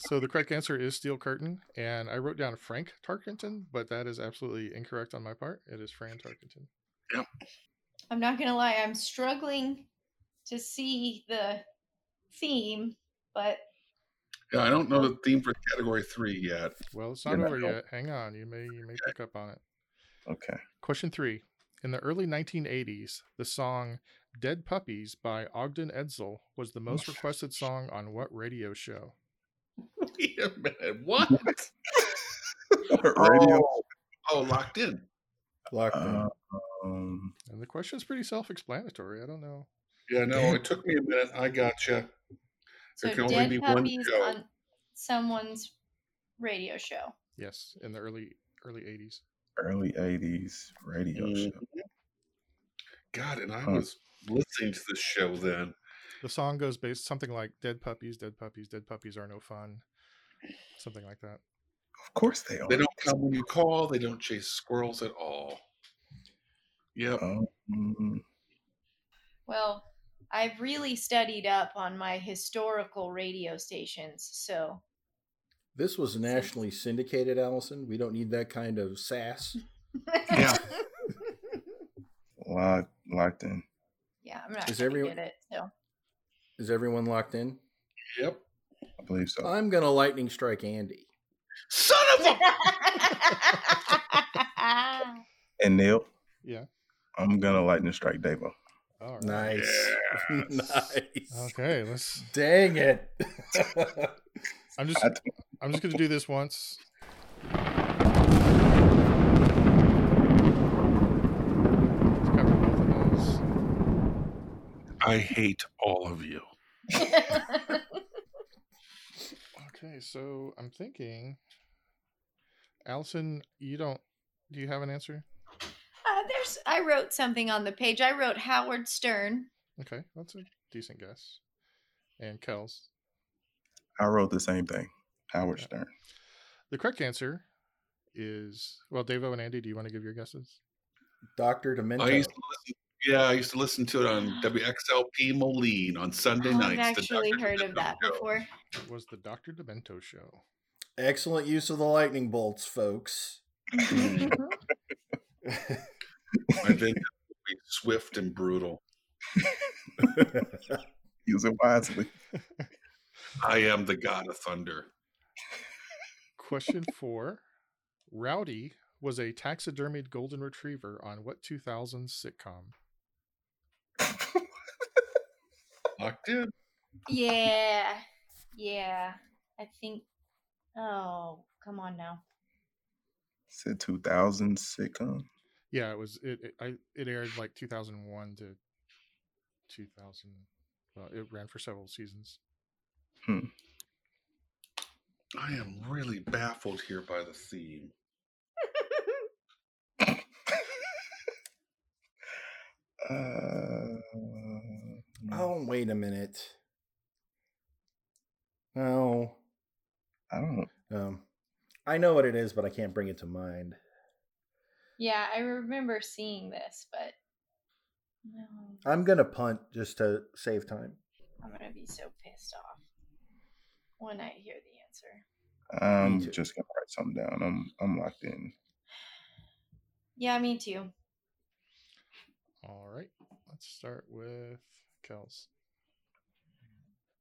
Speaker 5: so the correct answer is Steel Curtain, and I wrote down Frank Tarkenton, but that is absolutely incorrect on my part. It is Fran Tarkenton.
Speaker 2: I'm not gonna lie, I'm struggling to see the theme, but
Speaker 4: Yeah, I don't know the theme for category three yet.
Speaker 5: Well, it's
Speaker 3: You're
Speaker 5: not
Speaker 3: not
Speaker 5: over
Speaker 3: wrong.
Speaker 5: yet. Hang on, you may you may pick up on it.
Speaker 3: Okay.
Speaker 5: Question three: In the early 1980s, the song "Dead Puppies" by Ogden Edsel was the most requested song on what radio show?
Speaker 4: Wait a minute. What?
Speaker 3: Radio.
Speaker 4: Oh, oh, locked in.
Speaker 1: Locked in.
Speaker 3: Uh, Um,
Speaker 5: And the question is pretty self-explanatory. I don't know.
Speaker 4: Yeah, no, it took me a minute. I gotcha.
Speaker 2: so
Speaker 4: can only be
Speaker 2: dead
Speaker 4: one
Speaker 2: puppies
Speaker 4: show.
Speaker 2: on someone's radio show.
Speaker 5: Yes, in the early early 80s.
Speaker 3: early 80s radio show.
Speaker 4: God, and I
Speaker 3: Huh.
Speaker 4: was listening to this show then.
Speaker 5: The song goes based something like "Dead Puppies, Dead Puppies, Dead Puppies Are No Fun," something like that.
Speaker 3: Of course they are.
Speaker 4: They don't come when you call. They don't chase squirrels at all. Yep.
Speaker 3: Um,
Speaker 2: Well, I've really studied up on my historical radio stations, so
Speaker 1: This was nationally syndicated, Allison. We don't need that kind of sass.
Speaker 4: Yeah.
Speaker 3: locked, locked in.
Speaker 2: yeah, I'm not
Speaker 1: Is
Speaker 2: gonna
Speaker 1: everyone-
Speaker 2: get it. So
Speaker 1: Is everyone locked in?
Speaker 4: Yep.
Speaker 3: I believe so.
Speaker 1: I'm gonna lightning strike Andy.
Speaker 4: Son of a.
Speaker 3: and Neil,
Speaker 5: Yeah.
Speaker 3: I'm going to lightning strike Davo.
Speaker 5: All right.
Speaker 1: Nice,
Speaker 4: Yes.
Speaker 1: nice.
Speaker 5: Okay, let's.
Speaker 1: Dang it!
Speaker 5: I'm just.
Speaker 3: I think
Speaker 5: I'm just gonna do this once. Let's cover both of those.
Speaker 4: I hate all of you.
Speaker 5: Okay, so I'm thinking, Allison, you don't. Do you have an answer?
Speaker 2: Uh, there's I wrote something on the page. I wrote Howard Stern.
Speaker 5: Okay, that's a decent guess. And Kels,
Speaker 3: I wrote the same thing. Howard
Speaker 5: Yeah.
Speaker 3: Stern.
Speaker 5: the correct answer is well. Davo and Andy, do you want to give your guesses?
Speaker 1: Doctor
Speaker 4: I
Speaker 1: Demento.
Speaker 4: used to listen. Yeah, I used to listen to it on WXLP Moline on Sunday
Speaker 2: Oh, I've
Speaker 4: nights. the
Speaker 2: actually
Speaker 4: Dr.
Speaker 2: heard of that
Speaker 4: Show.
Speaker 2: before.
Speaker 5: It was the Doctor Demento show.
Speaker 1: Excellent use of the lightning bolts, folks.
Speaker 4: My vengeance will be swift and brutal.
Speaker 3: Use it wisely.
Speaker 4: I am the god of thunder.
Speaker 5: Question four. Rowdy was a taxidermied golden retriever on what 2000s sitcom?
Speaker 4: Locked in.
Speaker 2: Yeah. Yeah. I think Oh, come on now.
Speaker 3: Said 2000 sitcom.
Speaker 5: Yeah, it was it it, I, it aired like 2001 to 2000. Well, it ran for several seasons.
Speaker 4: I am really baffled here by the theme.
Speaker 3: Uh,
Speaker 1: oh, wait a minute. Oh,
Speaker 3: I don't.
Speaker 1: um, I know what it is, but I can't bring it to mind.
Speaker 2: Yeah, I remember seeing this, but no.
Speaker 1: I'm gonna punt just to save time.
Speaker 2: I'm going to be so pissed off when I hear the answer.
Speaker 3: I'm
Speaker 1: too.
Speaker 3: just gonna write something down. I'm I'm locked in.
Speaker 2: Yeah, me too.
Speaker 5: All right. Let's start with Kels.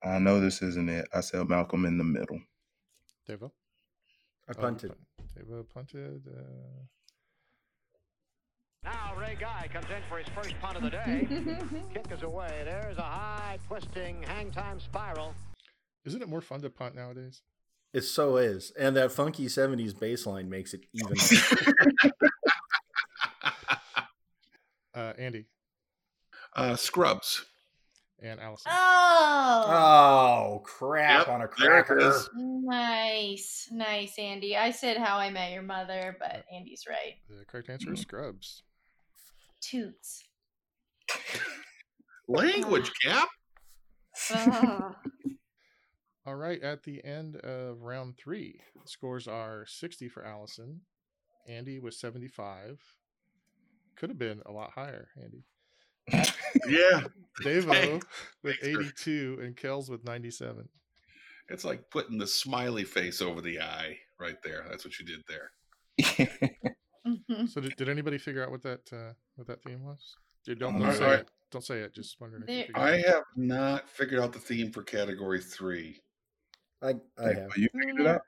Speaker 3: I know this isn't it. I said Malcolm in the Middle.
Speaker 5: Devo?
Speaker 1: I
Speaker 5: Oh, you
Speaker 1: punted.
Speaker 5: punt- Devo punted. Uh,
Speaker 6: Now Ray Guy comes in for his first punt of the day. Kick is away. There's a high twisting hang time spiral.
Speaker 5: isn't it more fun to punt nowadays?
Speaker 1: It so is, and that funky '70s bass line makes it even.
Speaker 5: Uh, Andy
Speaker 4: Uh, Scrubs.
Speaker 5: and Allison.
Speaker 2: Uh, Oh.
Speaker 1: oh crap!
Speaker 4: Yep,
Speaker 1: on a
Speaker 4: there it
Speaker 1: cracker.
Speaker 4: is.
Speaker 2: Nice. Nice, Andy. I said how I met your mother, but Andy's right.
Speaker 5: The correct answer is Scrubs.
Speaker 2: Toots.
Speaker 4: Language gap.
Speaker 2: Ugh.
Speaker 5: All right, at the end of round three, scores are 60 for Allison. Andy was 75. Could have been a lot higher, Andy.
Speaker 4: yeah,
Speaker 5: Davo with
Speaker 4: Thanks, Kirk.
Speaker 5: 82 and Kells with 97.
Speaker 4: it's like putting the smiley face over the eye right there. That's what you did there.
Speaker 2: Mhm.
Speaker 5: So did, did anybody figure out what that uh, what that theme was? Dude, don't,
Speaker 3: Um,
Speaker 5: don't
Speaker 4: I-
Speaker 5: say
Speaker 4: I-
Speaker 5: it. Don't say it. Just wondering. If you
Speaker 2: There-
Speaker 5: figured
Speaker 4: I
Speaker 5: it out.
Speaker 4: have not figured out the theme for category three.
Speaker 1: I, I have.
Speaker 3: you figured it out?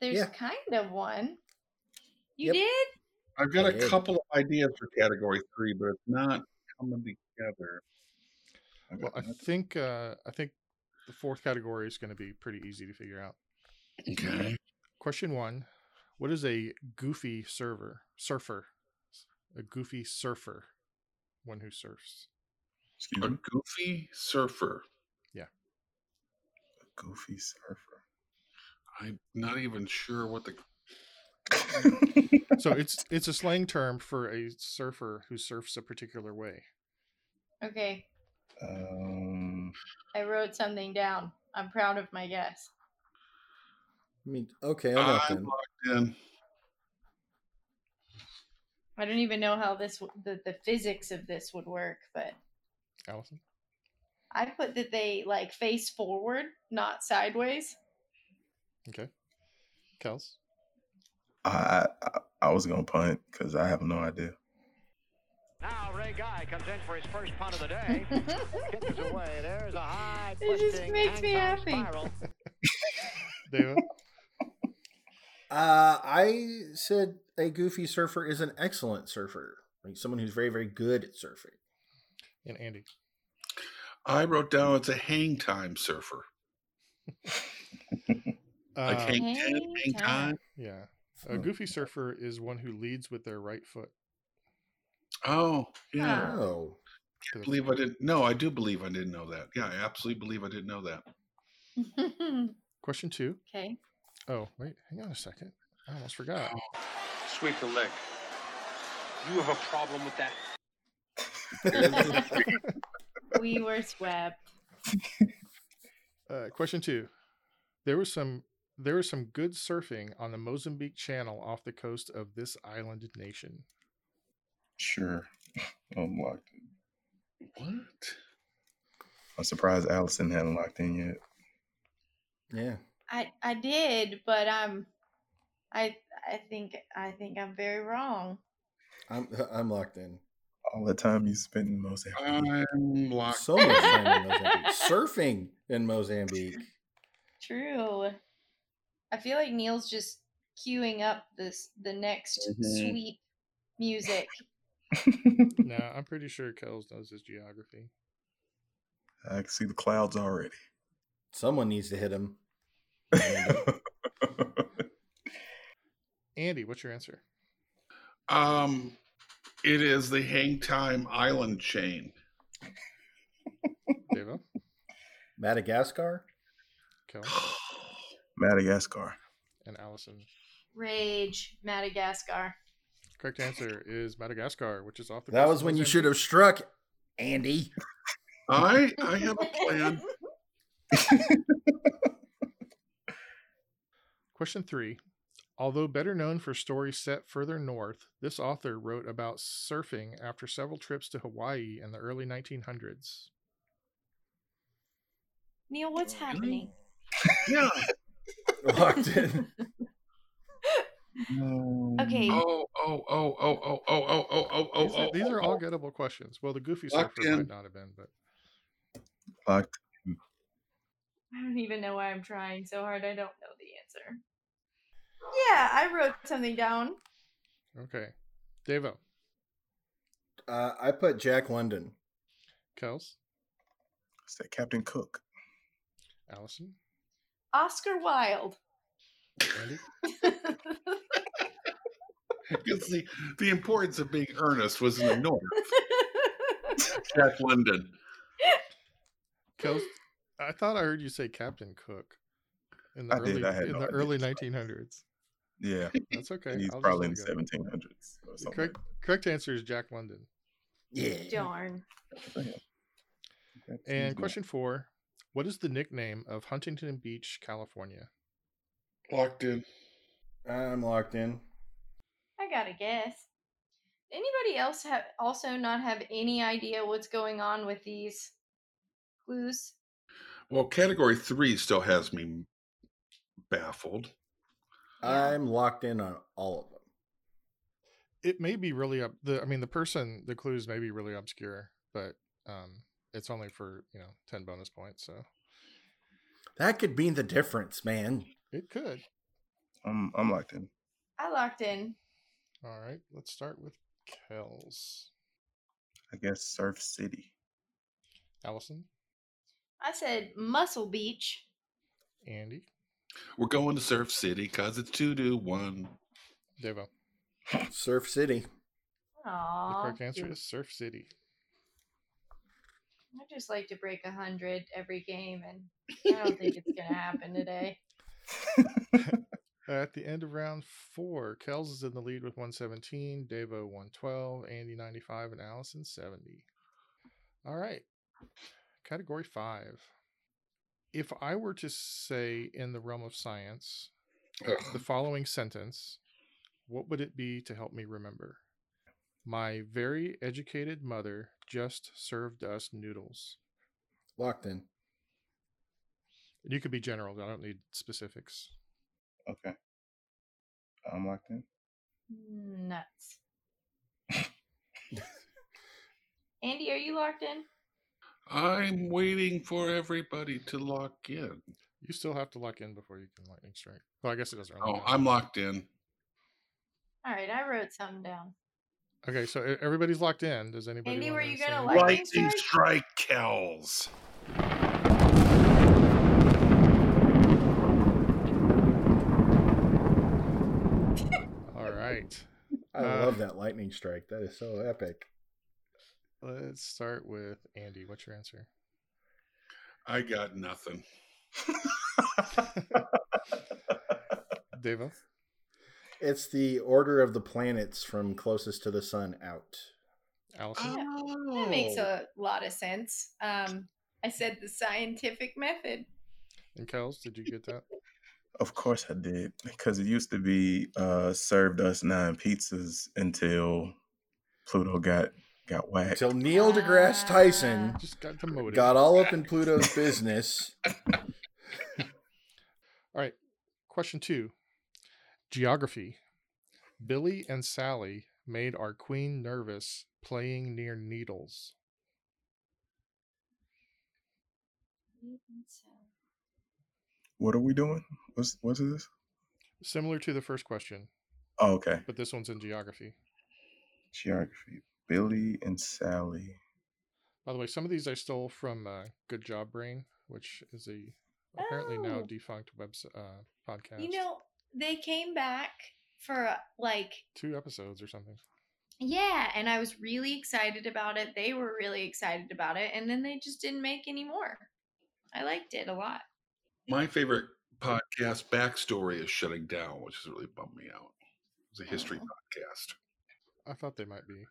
Speaker 2: There's
Speaker 1: Yeah.
Speaker 2: kind of one. You
Speaker 1: Yep.
Speaker 2: did?
Speaker 4: I've got
Speaker 1: I
Speaker 4: a
Speaker 1: did.
Speaker 4: couple of ideas for category three, but it's not coming together. I've
Speaker 5: Well, I
Speaker 4: got-
Speaker 5: think uh, I think the fourth category is going to be pretty easy to figure out.
Speaker 4: okay.
Speaker 5: Question one: What is a goofy server surfer? A goofy surfer, one who surfs.
Speaker 3: Excuse
Speaker 4: A
Speaker 3: me.
Speaker 4: goofy surfer.
Speaker 3: Goofy surfer.
Speaker 4: I'm not even sure what the
Speaker 5: So it's it's a slang term for a surfer who surfs a particular way.
Speaker 2: Okay.
Speaker 3: um,
Speaker 2: I wrote something down. I'm proud of my guess.
Speaker 1: I mean, okay, I'm
Speaker 4: I
Speaker 1: locked in.
Speaker 4: locked in.
Speaker 2: I don't even know how this w- the, the physics of this would work, but
Speaker 5: Allison,
Speaker 2: I put that they like face forward, not sideways.
Speaker 5: okay. Kels,
Speaker 3: I, I I was gonna punt because I have no idea.
Speaker 6: Now Ray Guy comes in for his first punt of the day. Kick is away. There's a high
Speaker 2: It just
Speaker 6: twisting
Speaker 2: makes me
Speaker 6: hang-time
Speaker 2: happy.
Speaker 6: spiral.
Speaker 5: David,
Speaker 1: Uh, I said a goofy surfer is an excellent surfer, like someone who's very, very good at surfing.
Speaker 5: and Andy.
Speaker 4: I wrote down it's a hang time surfer. Like
Speaker 5: Um,
Speaker 4: Uh, hang ten,
Speaker 2: Hang
Speaker 4: hang time.
Speaker 2: time.
Speaker 5: yeah,
Speaker 3: Oh,
Speaker 5: a goofy surfer is one who leads with their right foot.
Speaker 4: Oh, yeah.
Speaker 2: Huh.
Speaker 1: Oh,
Speaker 5: to
Speaker 4: I
Speaker 5: the-
Speaker 4: believe I didn't. No, I do believe I didn't know that. Yeah, I absolutely believe I didn't know that.
Speaker 5: Question two.
Speaker 2: okay.
Speaker 5: Oh wait, hang on a second. I almost forgot.
Speaker 7: Sweep the leg. You have a problem with that?
Speaker 2: we were swept.
Speaker 5: Uh, question two. There was some there was some good surfing on the Mozambique Channel off the coast of this island nation.
Speaker 3: Sure, I'm locked. In.
Speaker 4: What?
Speaker 3: I'm surprised Allison hadn't locked in yet.
Speaker 1: yeah.
Speaker 2: I I did, but I'm I I think I think I'm very wrong.
Speaker 1: I'm I'm locked in.
Speaker 3: All the time you spent in Mozambique.
Speaker 4: I'm locked.
Speaker 1: So much time in Mozambique. surfing in Mozambique.
Speaker 2: True. I feel like Neil's just queuing up this the next
Speaker 3: Mhm.
Speaker 2: sweep music.
Speaker 5: No, I'm pretty sure Kells knows his geography.
Speaker 3: I can see the clouds already.
Speaker 1: Someone needs to hit him.
Speaker 5: Andy, what's your answer?
Speaker 4: Um, it is the hang time island chain.
Speaker 5: Devo,
Speaker 1: Madagascar.
Speaker 5: Kells,
Speaker 3: Madagascar.
Speaker 5: and Allison.
Speaker 2: Rage, Madagascar.
Speaker 5: Correct answer is Madagascar, which is off the.
Speaker 1: That
Speaker 5: coast
Speaker 1: was
Speaker 5: of
Speaker 1: when you
Speaker 5: Mozambique.
Speaker 1: should have struck, Andy.
Speaker 4: I I have a plan.
Speaker 5: Question three. Although better known for stories set further north, this author wrote about surfing after several trips to Hawaii in the early 1900s.
Speaker 2: Neil, what's
Speaker 4: Really?
Speaker 2: happening?
Speaker 4: Yeah.
Speaker 1: Locked in.
Speaker 3: Mm,
Speaker 2: Okay.
Speaker 4: Oh oh oh oh oh oh oh oh oh oh.
Speaker 5: these are, these
Speaker 4: oh,
Speaker 5: are all
Speaker 4: oh.
Speaker 5: gettable questions. Well, the goofy
Speaker 4: Locked
Speaker 5: surfer
Speaker 4: in.
Speaker 5: might not have been, but
Speaker 3: Locked.
Speaker 2: I don't even know why I'm trying so hard. I don't know the answer. Yeah, I wrote something down.
Speaker 5: okay. Devo,
Speaker 1: Uh, I put Jack London.
Speaker 5: Kels,
Speaker 3: It's that Captain Cook.
Speaker 5: Allison,
Speaker 2: Oscar Wilde.
Speaker 5: Andy,
Speaker 4: Because the the importance of being earnest was in the north. Jack London.
Speaker 5: Kels. I thought I heard you say Captain Cook in the
Speaker 3: I did,
Speaker 5: early
Speaker 3: I had
Speaker 5: in
Speaker 3: no
Speaker 5: the
Speaker 3: idea.
Speaker 5: early 1900s.
Speaker 3: Yeah,
Speaker 5: That's okay.
Speaker 3: and he's
Speaker 5: I'll just
Speaker 3: probably
Speaker 5: let
Speaker 3: in
Speaker 5: it
Speaker 3: the 1700s
Speaker 5: go.
Speaker 3: or
Speaker 5: The
Speaker 3: something.
Speaker 5: correct correct answer is Jack London.
Speaker 1: Yeah.
Speaker 2: Darn.
Speaker 3: like that.
Speaker 5: And
Speaker 3: He's
Speaker 5: question four: What is the nickname of Huntington Beach, California?
Speaker 4: Locked in.
Speaker 1: I'm locked in.
Speaker 2: I got to guess. Anybody else have also not have any idea what's going on with these clues?
Speaker 4: Well, category three still has me baffled.
Speaker 1: I'm locked in on all of them.
Speaker 5: It may be really up. The I mean, the person, the clues may be really obscure, but um, it's only for you know ten bonus points, so
Speaker 1: That could mean the difference, man.
Speaker 5: it could.
Speaker 3: I'm I'm locked in.
Speaker 2: I locked in.
Speaker 5: All right, let's start with Kells,
Speaker 3: I guess Surf City.
Speaker 5: Allison,
Speaker 2: I said Muscle Beach.
Speaker 5: Andy,
Speaker 4: We're going to Surf City because it's two to one.
Speaker 5: Devo.
Speaker 1: Surf City.
Speaker 5: The
Speaker 2: Aww.
Speaker 5: correct answer is Surf City.
Speaker 2: I just like to break a hundred every game, and I don't think it's gonna happen today.
Speaker 5: At the end of round four, Kells is in the lead with 117, Devo 112, Andy 95, and Allison 70. All right. Category five. If I were to say in the realm of science the following sentence, what would it be to help me remember? My very educated mother just served us noodles.
Speaker 1: Locked in.
Speaker 5: You could be general, I don't need specifics.
Speaker 3: Okay. I'm locked in.
Speaker 2: Nuts. Andy, are you locked in?
Speaker 4: I'm waiting for everybody to lock in.
Speaker 5: You still have to lock in before you can lightning strike. Well, I guess it doesn't. really
Speaker 4: Oh,
Speaker 5: matter.
Speaker 4: I'm locked in.
Speaker 2: All right, I wrote something down.
Speaker 5: Okay, so e- everybody's locked in. Does anybody?
Speaker 2: Andy,
Speaker 5: wanna
Speaker 2: were you
Speaker 5: say
Speaker 2: gonna
Speaker 5: anything?
Speaker 2: Lightning like-
Speaker 4: Lightning strike Kells.
Speaker 5: All right,
Speaker 1: I
Speaker 5: Uh,
Speaker 1: love that lightning strike. That is so epic.
Speaker 5: let's start with Andy. What's your answer?
Speaker 4: I got nothing.
Speaker 5: Deva,
Speaker 1: It's the order of the planets from closest to the sun out.
Speaker 4: Uh,
Speaker 5: Allison,
Speaker 2: That makes
Speaker 4: Oh.
Speaker 2: a lot of sense. Um, I said the scientific method.
Speaker 5: and Kels. Did you get that?
Speaker 3: Of course I did because it used to be uh, served us nine pizzas until Pluto got got whacked.
Speaker 1: Until Neil deGrasse Tyson
Speaker 5: Just got demoted.
Speaker 1: got all up in Pluto's business.
Speaker 5: All right. Question two. Geography. Billy and Sally made our queen nervous playing near needles.
Speaker 3: What are we doing? What's what's this?
Speaker 5: Similar to the first question,
Speaker 3: Oh, okay.
Speaker 5: but this one's in geography.
Speaker 3: Geography. Billy and Sally.
Speaker 5: By the way, some of these I stole from uh, Good Job Brain, which is a apparently now
Speaker 2: Oh.
Speaker 5: defunct website uh, podcast.
Speaker 2: You know, they came back for uh, like
Speaker 5: two episodes or something.
Speaker 2: yeah, and I was really excited about it. They were really excited about it, and then they just didn't make any more. I liked it a lot.
Speaker 4: My favorite podcast backstory is shutting down, which has really bummed me out. It's a history
Speaker 2: Aw.
Speaker 4: podcast.
Speaker 5: I thought they might be.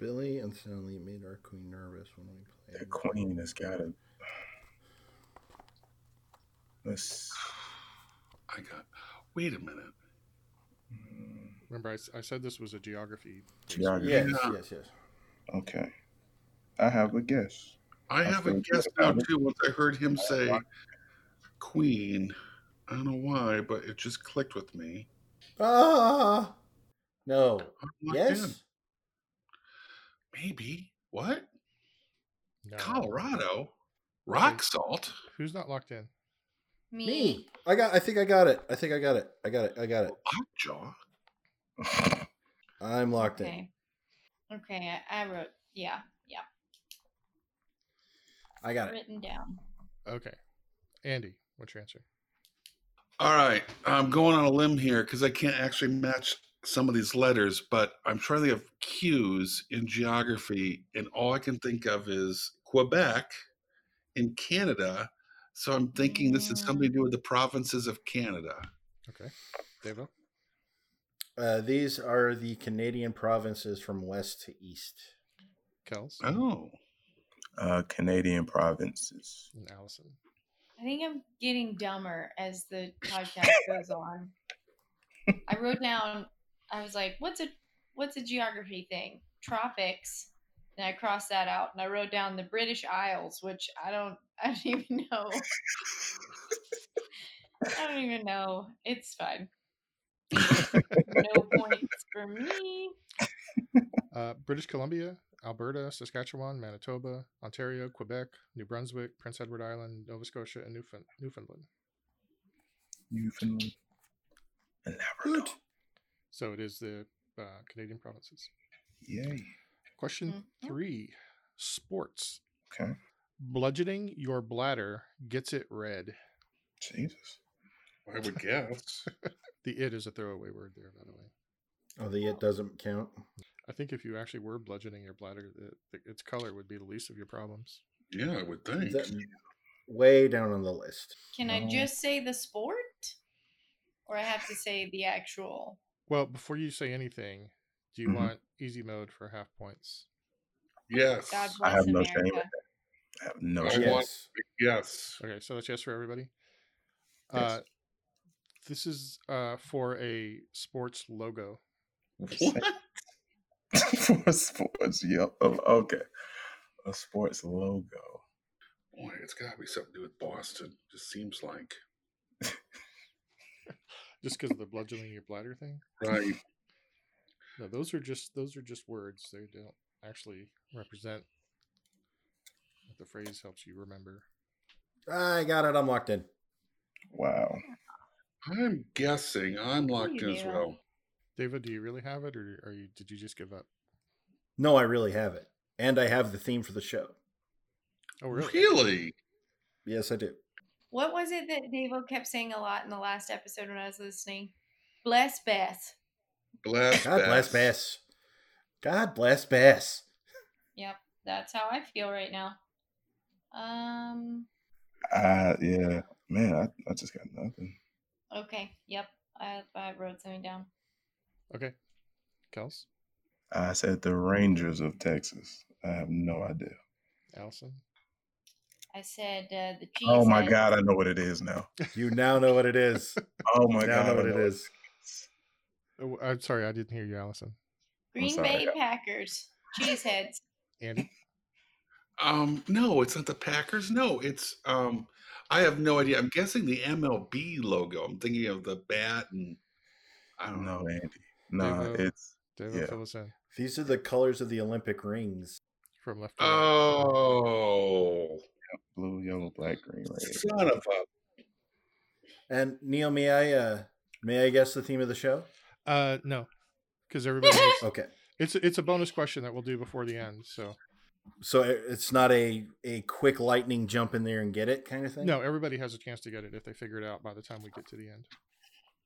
Speaker 1: Billy and Sally made our queen nervous when we
Speaker 3: The
Speaker 1: played.
Speaker 3: queen has got it. Let's.
Speaker 4: I got. Wait a minute.
Speaker 3: mm,
Speaker 5: Remember, I, s- I said this was a geography.
Speaker 3: Geography.
Speaker 1: Yes, yes, yes.
Speaker 3: Okay. I have a guess.
Speaker 4: I
Speaker 3: I
Speaker 4: have a
Speaker 3: think
Speaker 4: guess
Speaker 3: that's
Speaker 4: now
Speaker 3: about it.
Speaker 4: too. Once I heard him
Speaker 3: I
Speaker 4: say
Speaker 3: like-
Speaker 4: "Queen," I don't know why, but it just clicked with me.
Speaker 1: Ah, no.
Speaker 4: I'm locked in.
Speaker 1: Yes.
Speaker 4: maybe what?
Speaker 5: No.
Speaker 4: Colorado rock salt.
Speaker 5: Who's not locked in?
Speaker 2: Me,
Speaker 1: Me. I got. I think I got it. I think I got it. I got it. I got it.
Speaker 4: Lockjaw.
Speaker 1: I'm locked in.
Speaker 2: okay, okay, I, I wrote yeah, yeah,
Speaker 1: I got it.
Speaker 2: written down.
Speaker 5: Okay. Andy, what's your answer?
Speaker 4: All right, I'm going on a limb here because I can't actually match some of these letters, but I'm trying to think of cues in geography, and all I can think of is Quebec in Canada. So I'm thinking this is something to do with the provinces of Canada.
Speaker 5: Okay. Devo,
Speaker 1: Uh, these are the Canadian provinces from west to east.
Speaker 5: Kels,
Speaker 4: Oh,
Speaker 3: uh, Canadian provinces.
Speaker 5: and Allison.
Speaker 2: I think I'm getting dumber as the podcast goes on. I wrote down, I was like, what's a what's a geography thing? Tropics. And I crossed that out and I wrote down the British Isles, which I don't I don't even know. I don't even know. It's fine. no points for me.
Speaker 5: Uh, British Columbia, Alberta, Saskatchewan, Manitoba, Ontario, Quebec, New Brunswick, Prince Edward Island, Nova Scotia, and Newfound- Newfoundland.
Speaker 3: Newfoundland and Labrador.
Speaker 1: Good.
Speaker 5: So it is the uh, Canadian provinces.
Speaker 3: Yay.
Speaker 5: Question
Speaker 4: Mm-hmm.
Speaker 2: Mhm.
Speaker 5: three sports.
Speaker 3: Okay.
Speaker 5: Bludgeoning your bladder gets it red.
Speaker 3: Jesus.
Speaker 4: I would guess.
Speaker 5: The it is a throwaway word there, by the way.
Speaker 1: Oh, the it doesn't count.
Speaker 5: I think if you actually were bludgeoning your bladder, the, the, its color would be the least of your problems.
Speaker 4: yeah, I would think.
Speaker 1: That- way down on the list.
Speaker 2: Can I
Speaker 3: Oh.
Speaker 2: just say the sport? Or I have to say the actual
Speaker 5: Well, before you say anything, do you
Speaker 3: Mhm.
Speaker 5: want easy mode for half points?
Speaker 4: yes.
Speaker 2: God
Speaker 3: I
Speaker 2: bless
Speaker 3: have no
Speaker 2: America.
Speaker 3: shame with I have no
Speaker 4: I
Speaker 3: shame.
Speaker 4: want-
Speaker 1: Yes.
Speaker 4: Yes.
Speaker 5: Okay, so that's yes for everybody.
Speaker 3: Yes.
Speaker 5: Uh, this is uh, for a sports logo.
Speaker 3: For sports, yep. Oh, Okay. A sports logo.
Speaker 4: Boy, it's got to be something to do with Boston. Just seems like.
Speaker 5: Just because of the bludgeoning your bladder thing.
Speaker 4: Right.
Speaker 5: No, those are just those are just words. They don't actually represent what the phrase helps you remember.
Speaker 1: I got it. I'm locked in.
Speaker 3: Wow.
Speaker 4: I'm guessing I'm locked in as
Speaker 2: Yeah.
Speaker 4: well.
Speaker 5: David, do you really have it, or are you? Did you just give up?
Speaker 1: No, I really have it. And I have the theme for the show.
Speaker 5: Oh, really?
Speaker 4: Really?
Speaker 1: Yes, I do.
Speaker 2: What was it that Davo kept saying a lot in the last episode when I was listening? Bless Beth.
Speaker 4: Bless
Speaker 1: God bless
Speaker 4: Bass.
Speaker 1: Bass. God bless Bass.
Speaker 2: Yep, that's how I feel right now. Um.
Speaker 3: Uh, yeah. Man, I, I just got nothing.
Speaker 2: Okay. Yep. I I wrote something down.
Speaker 5: Okay, Kels,
Speaker 3: I said the Rangers of Texas. I have no idea.
Speaker 5: Allison.
Speaker 2: I said uh, the cheese.
Speaker 3: Oh my
Speaker 2: head.
Speaker 3: God, I know what it is now.
Speaker 1: You now know what it is.
Speaker 3: Oh my
Speaker 1: now
Speaker 3: God.
Speaker 1: know what
Speaker 3: I
Speaker 1: it is.
Speaker 5: Oh, I'm sorry, I didn't hear you, Allison.
Speaker 2: Green
Speaker 3: sorry.
Speaker 2: Bay Packers. Cheeseheads.
Speaker 5: Andy,
Speaker 4: Um, no, it's not the Packers. No, it's um, I have no idea. I'm guessing the MLB logo. I'm thinking of the bat and I don't know.
Speaker 3: No, Andy. No,
Speaker 5: Devo.
Speaker 3: it's
Speaker 5: David,
Speaker 3: Yeah.
Speaker 5: fill us in
Speaker 1: These are the colors of the Olympic rings.
Speaker 5: from left to
Speaker 4: Uh,
Speaker 5: right.
Speaker 4: Oh,
Speaker 3: blue, yellow, black, green, red.
Speaker 4: son of a!
Speaker 1: And Neil, may I uh may I guess the theme of the show?
Speaker 5: Uh, no, because everybody. knows-
Speaker 1: Okay.
Speaker 5: it's it's a bonus question that we'll do before the end. So
Speaker 1: So it- it's not a a quick lightning jump in there and get it kind of thing?
Speaker 5: no, everybody has a chance to get it if they figure it out by the time we get to the end.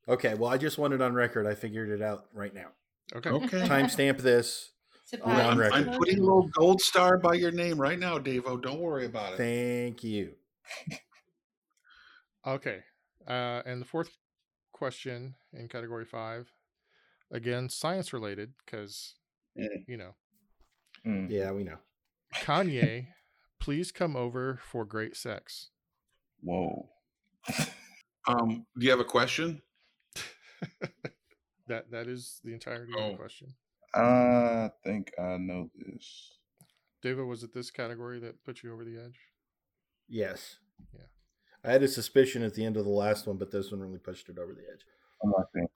Speaker 1: Okay, well I just want it on record. I figured it out right now.
Speaker 5: Okay.
Speaker 4: Okay,
Speaker 1: Timestamp this.
Speaker 2: Surprise.
Speaker 1: on
Speaker 4: I'm,
Speaker 1: record.
Speaker 4: I'm putting a little gold star by your name right now, Davo. Don't worry about it.
Speaker 1: Thank you.
Speaker 5: Okay. Uh, and the fourth question in category five, again, science related, because,
Speaker 3: Mm.
Speaker 5: you know,
Speaker 3: Mm.
Speaker 1: Yeah, we know.
Speaker 5: Kanye, please come over for great sex.
Speaker 3: Whoa.
Speaker 4: Um, do you have a question?
Speaker 5: That That is the entirety of
Speaker 4: Oh.
Speaker 5: the question.
Speaker 3: I think I know this.
Speaker 5: David, was it this category that put you over the edge?
Speaker 1: Yes.
Speaker 5: Yeah.
Speaker 1: I had a suspicion at the end of the last one, but this one really pushed it over the edge.
Speaker 3: I'm not Oh, think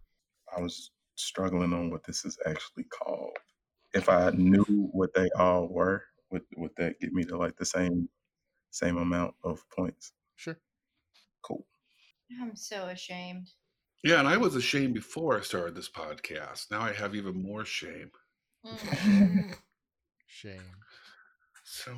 Speaker 3: I was struggling on what this is actually called. If I knew what they all were, would would that get me to like the same same amount of points?
Speaker 5: Sure.
Speaker 3: Cool.
Speaker 2: I'm so ashamed.
Speaker 4: Yeah, and I was ashamed before I started this podcast. Now I have even more shame.
Speaker 2: Mm.
Speaker 5: Shame.
Speaker 4: So,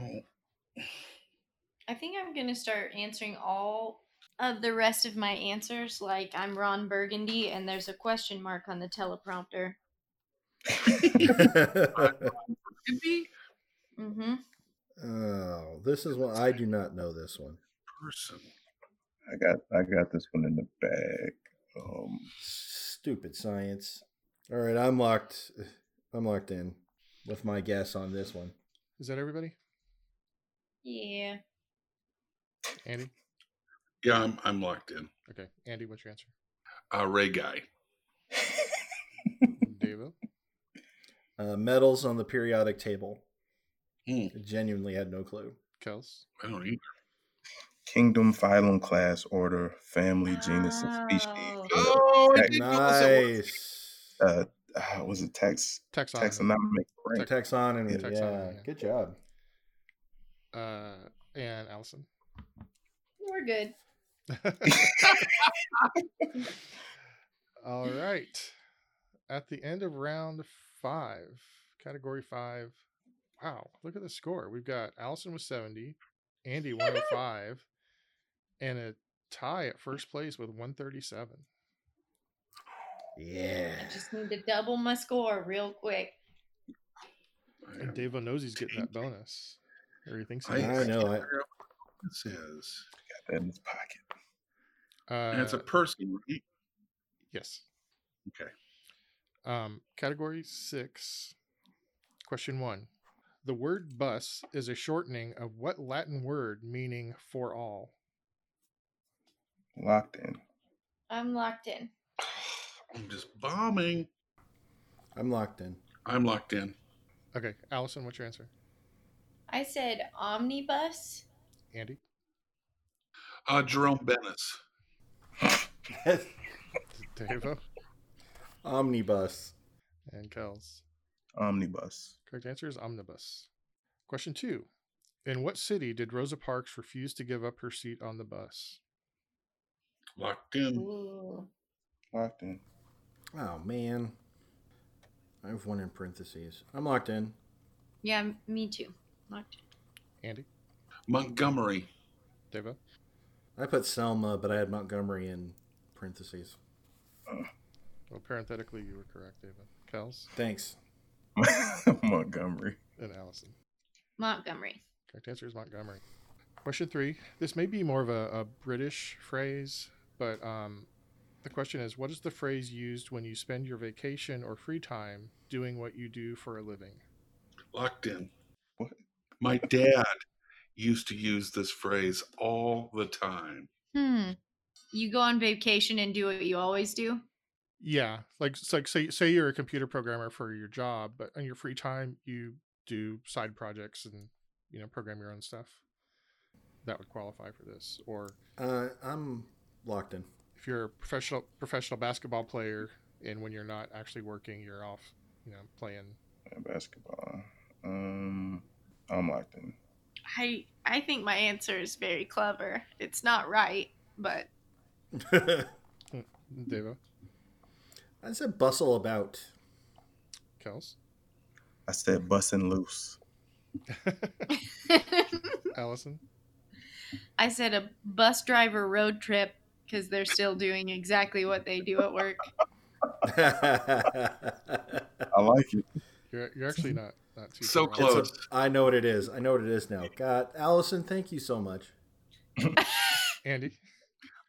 Speaker 2: I think I'm gonna start answering all of the rest of my answers like I'm Ron Burgundy and there's a question mark on the teleprompter. Mm-hmm.
Speaker 1: oh, this is one I do not know this one.
Speaker 4: person,
Speaker 3: I got I got this one in the bag. Um
Speaker 1: Stupid science. All right, I'm locked. I'm locked in with my guess on this one.
Speaker 5: Is that everybody?
Speaker 2: Yeah.
Speaker 5: Andy?
Speaker 4: yeah, I'm I'm locked in.
Speaker 5: Okay. Andy, what's your answer?
Speaker 4: Uh, Ray guy.
Speaker 5: David?
Speaker 1: Uh, metals on the periodic table.
Speaker 4: Hmm.
Speaker 1: I genuinely had no clue.
Speaker 5: Kels.
Speaker 4: I don't either.
Speaker 3: Kingdom, phylum, class, order, family, genus, and species.
Speaker 2: Oh.
Speaker 3: Uh,
Speaker 4: Oh,
Speaker 3: I didn't
Speaker 1: Nice.
Speaker 3: Uh, uh, was it tax
Speaker 5: Taxonomy.
Speaker 3: taxonomic rank?
Speaker 1: Taxonomy.
Speaker 5: Taxonomy,
Speaker 1: yeah.
Speaker 5: yeah.
Speaker 1: Good job.
Speaker 5: Uh, and Allison.
Speaker 2: We're good.
Speaker 5: All right. At the end of round five, category five. Wow, look at the score. We've got Allison with 70, Andy 105, and a tie at first place with 137.
Speaker 1: Yeah.
Speaker 2: I just need to double my score real quick.
Speaker 5: And Dave knows he's getting that bonus. Or he thinks he
Speaker 1: I
Speaker 5: does.
Speaker 1: know.
Speaker 4: can't
Speaker 1: I-
Speaker 4: figure out what This is
Speaker 3: Got that in his pocket.
Speaker 5: Uh,
Speaker 4: and it's a person. right?
Speaker 5: yes.
Speaker 4: Okay.
Speaker 5: Um, category six. Question one. The word bus is a shortening of what Latin word meaning for all?
Speaker 3: Locked in.
Speaker 2: I'm locked in.
Speaker 4: I'm just bombing.
Speaker 1: I'm locked in.
Speaker 4: I'm locked in.
Speaker 5: Okay, Allison, what's your answer?
Speaker 2: I said omnibus.
Speaker 5: Andy?
Speaker 4: Uh, Jerome Bennis.
Speaker 5: Devo?
Speaker 1: Omnibus.
Speaker 5: and Kels.
Speaker 3: Omnibus.
Speaker 5: Correct answer is omnibus. Question two. In what city did Rosa Parks refuse to give up her seat on the bus?
Speaker 4: Locked in.
Speaker 2: Ooh.
Speaker 3: Locked in.
Speaker 1: Oh man. I have one in parentheses. I'm locked in.
Speaker 2: Yeah, m- me too. Locked in.
Speaker 5: Andy?
Speaker 4: Montgomery.
Speaker 5: Devo?
Speaker 1: I put Selma, but I had Montgomery in parentheses.
Speaker 5: Well, parenthetically, you were correct, Devo. Kels
Speaker 1: Thanks.
Speaker 3: Montgomery.
Speaker 5: and Allison.
Speaker 2: Montgomery.
Speaker 5: Correct answer is Montgomery. Question three. This may be more of a, a British phrase, but um, the question is what is the phrase used when you spend your vacation or free time doing what you do for a living?
Speaker 4: Locked in.
Speaker 3: What?
Speaker 4: My dad used to use this phrase all the time.
Speaker 2: Hmm. You go on vacation and do what you always do.
Speaker 5: Yeah, like it's like say say you're a computer programmer for your job, but in your free time you do side projects and you know program your own stuff. That would qualify for this. Or
Speaker 1: Uh, I'm locked in.
Speaker 5: if you're a professional professional basketball player and when you're not actually working, you're off, you know, playing.
Speaker 3: Basketball. Um, I'm locked in.
Speaker 2: I I think my answer is very clever. It's not right, but
Speaker 5: Devo,
Speaker 1: I said bustle about.
Speaker 5: Kels,
Speaker 3: I said bussin' loose.
Speaker 5: Allison,
Speaker 2: I said a bus driver road trip because they're still doing exactly what they do at work.
Speaker 3: I like it.
Speaker 5: you're you're actually not not too
Speaker 4: So
Speaker 5: far off.
Speaker 4: close.
Speaker 1: It's a- I know what it is. I know what it is now. God, Allison, thank you so much.
Speaker 5: Andy,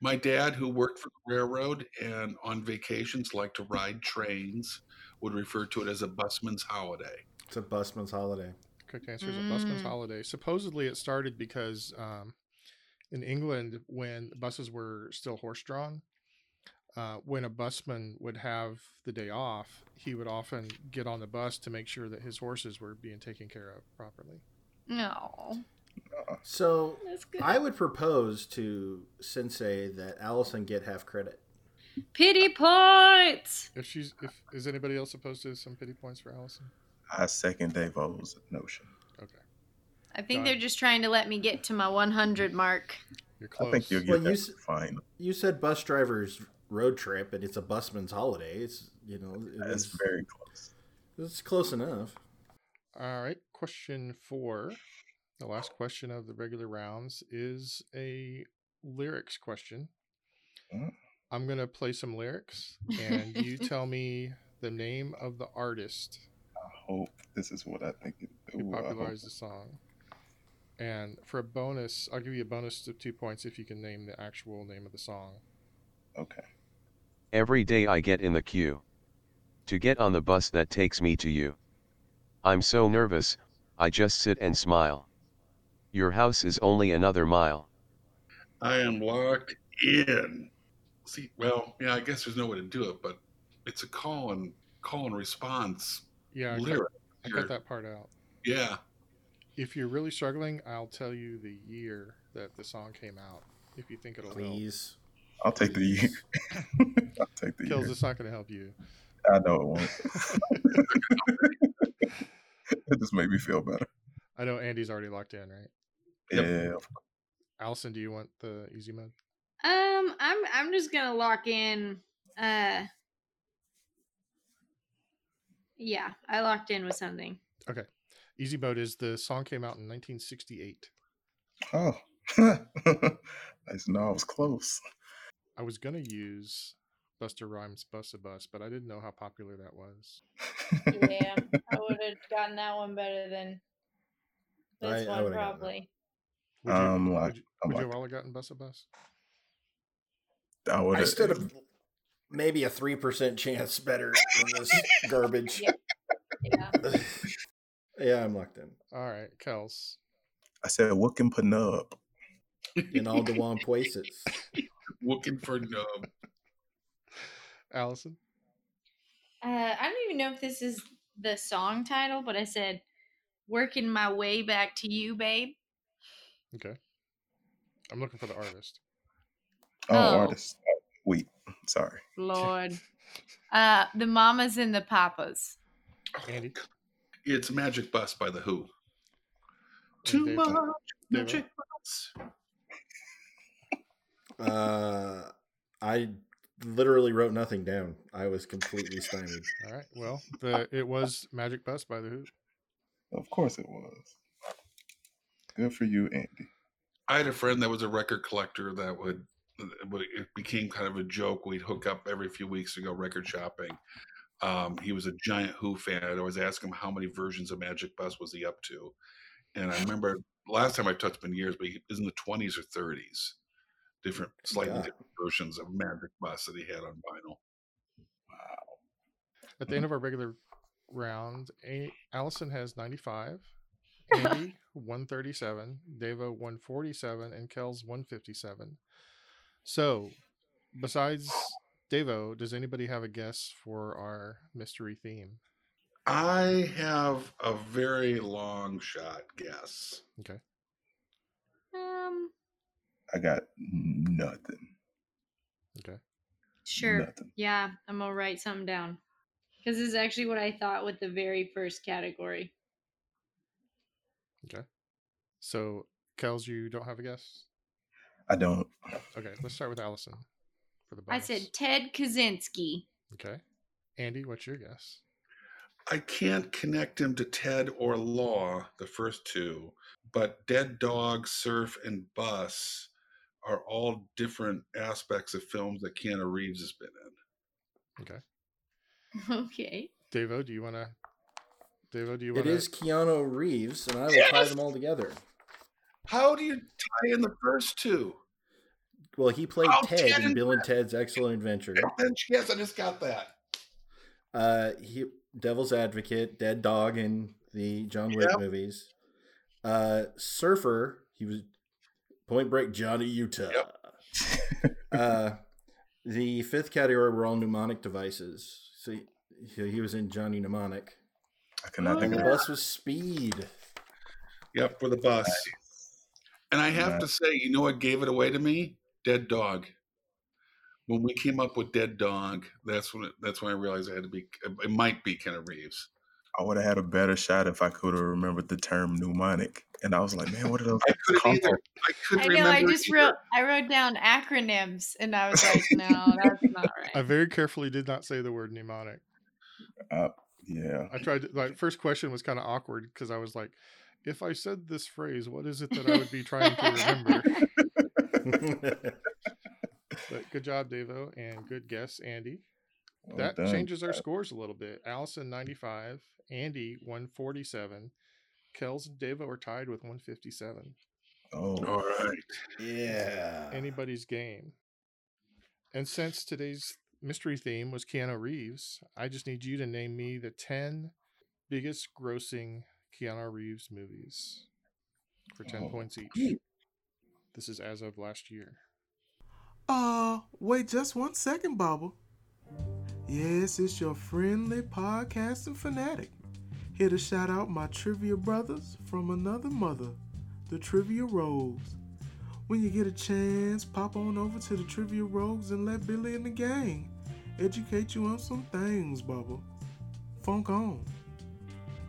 Speaker 4: My dad, who worked for the railroad and on vacations liked to ride trains, would refer to it as a busman's holiday.
Speaker 1: It's a busman's holiday.
Speaker 5: Correct answer is a busman's
Speaker 2: Mm.
Speaker 5: holiday. Supposedly, it started because um, in England, when buses were still horse-drawn, uh, when a busman would have the day off, he would often get on the bus to make sure that his horses were being taken care of properly.
Speaker 2: No,
Speaker 1: So
Speaker 2: that's good.
Speaker 1: I would propose to Sensei that Allison get half credit.
Speaker 2: Pity points.
Speaker 5: If she's, if is anybody else opposed to some pity points for Allison?
Speaker 3: I second Davo's notion.
Speaker 5: Okay,
Speaker 2: I think
Speaker 5: Done.
Speaker 2: they're just trying to let me get to my 100 mark.
Speaker 5: you're close.
Speaker 3: I think you'll get
Speaker 1: Well,
Speaker 3: that
Speaker 1: you s-
Speaker 3: fine.
Speaker 1: You said bus drivers road trip, and it's a busman's holiday. It's you know, it
Speaker 3: That's
Speaker 1: was-
Speaker 3: very close.
Speaker 1: it's close enough.
Speaker 5: All right, question four. The last question of the regular rounds is a lyrics question.
Speaker 3: Mm.
Speaker 5: I'm going to play some lyrics and you tell me the name of the artist
Speaker 3: I hope this is what I think it
Speaker 5: who
Speaker 3: ooh, I hope-
Speaker 5: popularized the song. And for a bonus, I'll give you a bonus of two points if you can name the actual name of the song.
Speaker 3: Okay.
Speaker 8: Every day I get in the queue. To get on the bus that takes me to you. I'm so nervous, I just sit and smile. Your house is only another mile.
Speaker 4: I am locked in. See, well, yeah, I guess there's no way to do it, but it's a call and call and response
Speaker 5: Yeah, I cut,
Speaker 4: Lyric.
Speaker 5: I cut that part out.
Speaker 4: Yeah.
Speaker 5: If you're really struggling, I'll tell you the year that the song came out. If you think it'll
Speaker 1: Please.
Speaker 3: I'll take the year. I'll take the
Speaker 5: help, kills.
Speaker 3: year.
Speaker 5: It's not going to help you.
Speaker 3: I know it won't. it just made me feel better.
Speaker 5: I know Andy's already locked in, right?
Speaker 4: Yep.
Speaker 3: Yeah.
Speaker 5: Allison, do you want the easy mode?
Speaker 9: Um, I'm I'm just gonna lock in. Uh, yeah, I locked in with something.
Speaker 5: Easy mode is the song came out in 1968.
Speaker 3: Oh. I said, Oh. no, I was close.
Speaker 5: I was going to use Buster Rhymes Bus a Bus, but I didn't know how popular that was.
Speaker 2: Yeah, I would have gotten that one better than this
Speaker 1: I- I
Speaker 2: one,
Speaker 1: would've gotten that one.
Speaker 2: probably.
Speaker 5: Would you,
Speaker 3: Um, like-
Speaker 5: would you,
Speaker 3: I'm
Speaker 5: would you
Speaker 3: like,
Speaker 5: have all gotten Bus a Bus?
Speaker 3: I would
Speaker 1: I
Speaker 3: have.
Speaker 1: stood a, maybe a 3% chance better than this garbage.
Speaker 2: Yeah.
Speaker 1: yeah, I'm locked in.
Speaker 5: All right, Kels.
Speaker 3: I said, what can Panub?
Speaker 1: In all the one places.
Speaker 4: Looking for um, oh, nub.
Speaker 5: Allison?
Speaker 2: Uh, I don't even know if this is the song title, but I said "Working My Way Back to You, Babe."
Speaker 5: Okay. I'm looking for the artist.
Speaker 3: Oh,
Speaker 2: Oh.
Speaker 3: artist. Wait, sorry.
Speaker 2: Lord, uh, the mamas and the papas.
Speaker 5: Andy?
Speaker 4: It's Magic Bus by The Who.
Speaker 5: Too Dave. uh, much Dave.
Speaker 4: Magic Bus.
Speaker 1: Uh, I literally wrote nothing down. I was completely stymied.
Speaker 5: All right. Well, the it was Magic Bus by the Who.
Speaker 3: Of course it was. Good for you, Andy.
Speaker 4: I had a friend that was a record collector that would, but it became kind of a joke. We'd hook up every few weeks to go record shopping. Um, he was a giant Who fan. I'd always ask him how many versions of Magic Bus was he up to, and I remember last time I touched him in years, but he was in the twenties or thirties, different, slightly
Speaker 1: God.
Speaker 4: different versions of Magic Bus that he had on vinyl.
Speaker 5: At
Speaker 2: Mm-hmm.
Speaker 5: the end of our regular round, A- Allison has 95, Andy 137, Devo 147, and Kells 157. So, besides Devo, does anybody have a guess for our mystery theme?
Speaker 4: I have a very long shot guess.
Speaker 5: Okay.
Speaker 9: Um,
Speaker 3: I got nothing.
Speaker 5: Okay.
Speaker 9: sure.
Speaker 3: Nothing.
Speaker 9: Yeah, I'm gonna write something down because this is actually what I thought with the very first category.
Speaker 5: Okay. So, Kells, you don't have a guess?
Speaker 3: I don't.
Speaker 5: Okay. Let's start with Allison for the
Speaker 2: I
Speaker 5: bonus.
Speaker 2: said Ted Kaczynski.
Speaker 5: Okay. Andy, what's your guess?
Speaker 4: I can't connect him to Ted or Law, the first two, but Dead Dog, Surf, and Bus are all different aspects of films that Keanu Reeves has been in.
Speaker 5: Okay.
Speaker 9: Okay.
Speaker 5: Devo, do you want to? Devo, do you
Speaker 1: It
Speaker 5: want to?
Speaker 1: is Keanu Reeves, and I will tie them all together.
Speaker 4: How do you tie in the first two?
Speaker 1: Well, he played
Speaker 4: Oh,
Speaker 1: Ted
Speaker 4: Ted
Speaker 1: in
Speaker 4: and
Speaker 1: Bill and Ted's Excellent Adventure.
Speaker 4: Then yes, I just got that.
Speaker 1: Uh, he Devil's Advocate, Dead Dog in the John Wick
Speaker 4: Yep.
Speaker 1: movies. Uh, Surfer, he was Point Break Johnny Utah.
Speaker 4: Yep.
Speaker 1: uh, the fifth category were all mnemonic devices. So he, he he was in Johnny Mnemonic.
Speaker 3: I cannot think
Speaker 1: And
Speaker 3: of
Speaker 1: the
Speaker 3: that.
Speaker 1: bus was Speed.
Speaker 4: Yep, for the bus. And I have to say, you know what gave it away to me? Dead Dog. When we came up with Dead Dog, that's when that's when I realized it had to be. It might be Keanu Reeves.
Speaker 3: I would have had a better shot if I could have remembered the term mnemonic. And I was like, man, what are those?
Speaker 4: I couldn't
Speaker 3: combo-
Speaker 4: either. I couldn't
Speaker 2: I know. I
Speaker 4: remember
Speaker 2: just
Speaker 4: either.
Speaker 2: wrote. I wrote down acronyms, and I was like, "No, that's not
Speaker 5: I
Speaker 2: right."
Speaker 5: very carefully did not say the word mnemonic.
Speaker 3: Yeah.
Speaker 5: I tried to, like first question was kind of awkward because I was like, if I said this phrase, what is it that I would be trying to remember? But good job, Devo, and good guess, Andy.
Speaker 3: Well
Speaker 5: That
Speaker 3: done.
Speaker 5: changes our scores a little bit. Allison ninety five, Andy one forty seven, Kells and Devo are tied with one fifty seven.
Speaker 3: Oh,
Speaker 4: All right.
Speaker 1: yeah.
Speaker 5: Anybody's game. And since today's mystery theme was Keanu Reeves, I just need you to name me the ten biggest grossing Keanu Reeves movies for ten
Speaker 3: Oh,
Speaker 5: points each. This is as of last year.
Speaker 10: Uh, wait just one second, Bubba. Yes, it's your friendly podcasting fanatic, It'll shout out my trivia brothers from another mother, the Trivia Rogues. When you get a chance, pop on over to the Trivia Rogues and let Billy and the gang educate you on some things, Bubba. Funk on.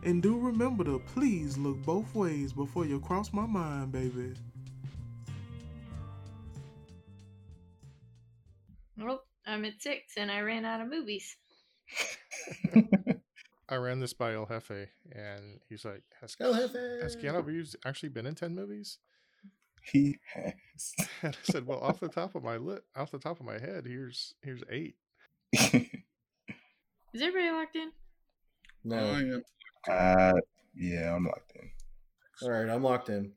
Speaker 10: And do remember to please look both ways before you cross my mind, baby.
Speaker 9: Well, I'm at six and I ran out of movies.
Speaker 5: I ran this by El Jefe, and he's like, "Has,
Speaker 1: El Jefe.
Speaker 5: has Keanu Reeves actually been in ten movies?"
Speaker 3: He has.
Speaker 5: And I said, "Well, off the top of my lip, off the top of my head, here's here's eight.
Speaker 9: Is everybody locked in?
Speaker 1: No.
Speaker 4: I am-
Speaker 3: uh, yeah, I'm locked in.
Speaker 1: All right, I'm locked in.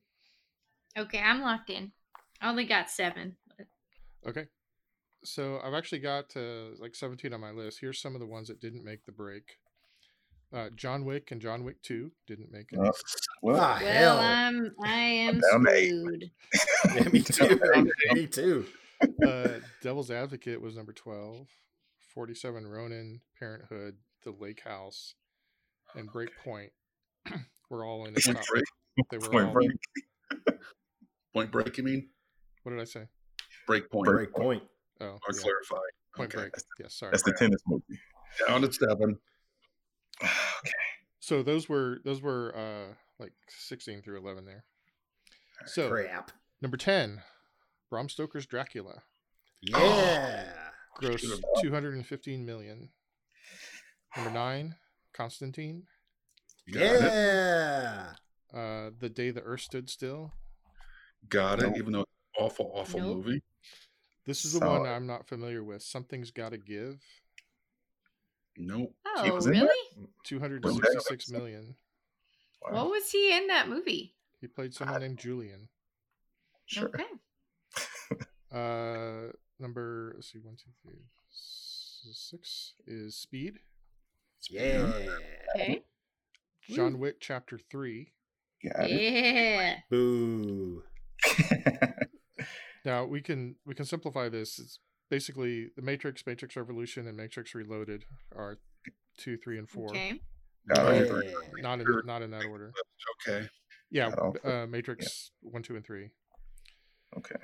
Speaker 9: Okay, I'm locked in. I only got seven.
Speaker 5: Okay. So I've actually got uh, like 17 on my list. Here's some of the ones that didn't make the break. Uh, John Wick and John Wick 2 didn't make it.
Speaker 3: Uh, well,
Speaker 1: ah,
Speaker 9: Well,
Speaker 1: hell.
Speaker 9: I'm I am
Speaker 3: down to eight.
Speaker 9: screwed.
Speaker 1: Yeah, me too.
Speaker 3: I'm
Speaker 1: me too.
Speaker 3: Oh.
Speaker 5: Uh, Devil's Advocate was number 12. 47 Ronin, Parenthood, The Lake House, and Breakpoint were all in the top.
Speaker 4: Break-
Speaker 5: They were
Speaker 3: Point
Speaker 5: all,
Speaker 3: Break.
Speaker 4: Point break, you mean?
Speaker 5: what did I say?
Speaker 4: Break point.
Speaker 1: Break point.
Speaker 5: Oh,
Speaker 4: Or
Speaker 5: yeah,
Speaker 4: clarify.
Speaker 5: Point
Speaker 4: okay.
Speaker 5: Break. Yeah, sorry.
Speaker 3: That's the tennis movie.
Speaker 4: Down to seven.
Speaker 3: okay.
Speaker 5: So those were those were uh, like 16 through 11 there. So
Speaker 1: Crap.
Speaker 5: number 10, Bram Stoker's Dracula.
Speaker 1: Yeah.
Speaker 5: gross 215 million. Number nine, Constantine.
Speaker 4: Got it.
Speaker 1: yeah.
Speaker 5: Uh, the day the Earth stood still.
Speaker 4: Got it.
Speaker 3: Nope.
Speaker 4: Even though it's an awful, awful
Speaker 9: Nope.
Speaker 4: movie.
Speaker 5: This is the
Speaker 3: Solid.
Speaker 5: one I'm not familiar with. Something's got to give.
Speaker 4: Nope.
Speaker 3: He
Speaker 9: Oh,
Speaker 3: was in
Speaker 9: really?
Speaker 5: Two hundred and sixty-six million.
Speaker 3: Wow.
Speaker 2: What was he in that movie?
Speaker 5: He played someone named Julian.
Speaker 3: Sure.
Speaker 9: Okay.
Speaker 5: Uh, number let's see, one, two, three, s- six is Speed.
Speaker 1: Yeah.
Speaker 9: Okay.
Speaker 5: John Wick Chapter Three.
Speaker 3: Got it.
Speaker 9: Yeah.
Speaker 1: Boo.
Speaker 5: Now we can we can simplify this. It's basically the Matrix, Matrix Revolution, and Matrix Reloaded are two, three, and four.
Speaker 9: Okay.
Speaker 3: Got
Speaker 1: Yeah.
Speaker 3: it.
Speaker 5: Not in not in that order.
Speaker 4: Okay.
Speaker 5: Yeah,
Speaker 3: Got all
Speaker 5: b-
Speaker 3: four.
Speaker 5: uh, Matrix one, two, and three,
Speaker 3: Okay.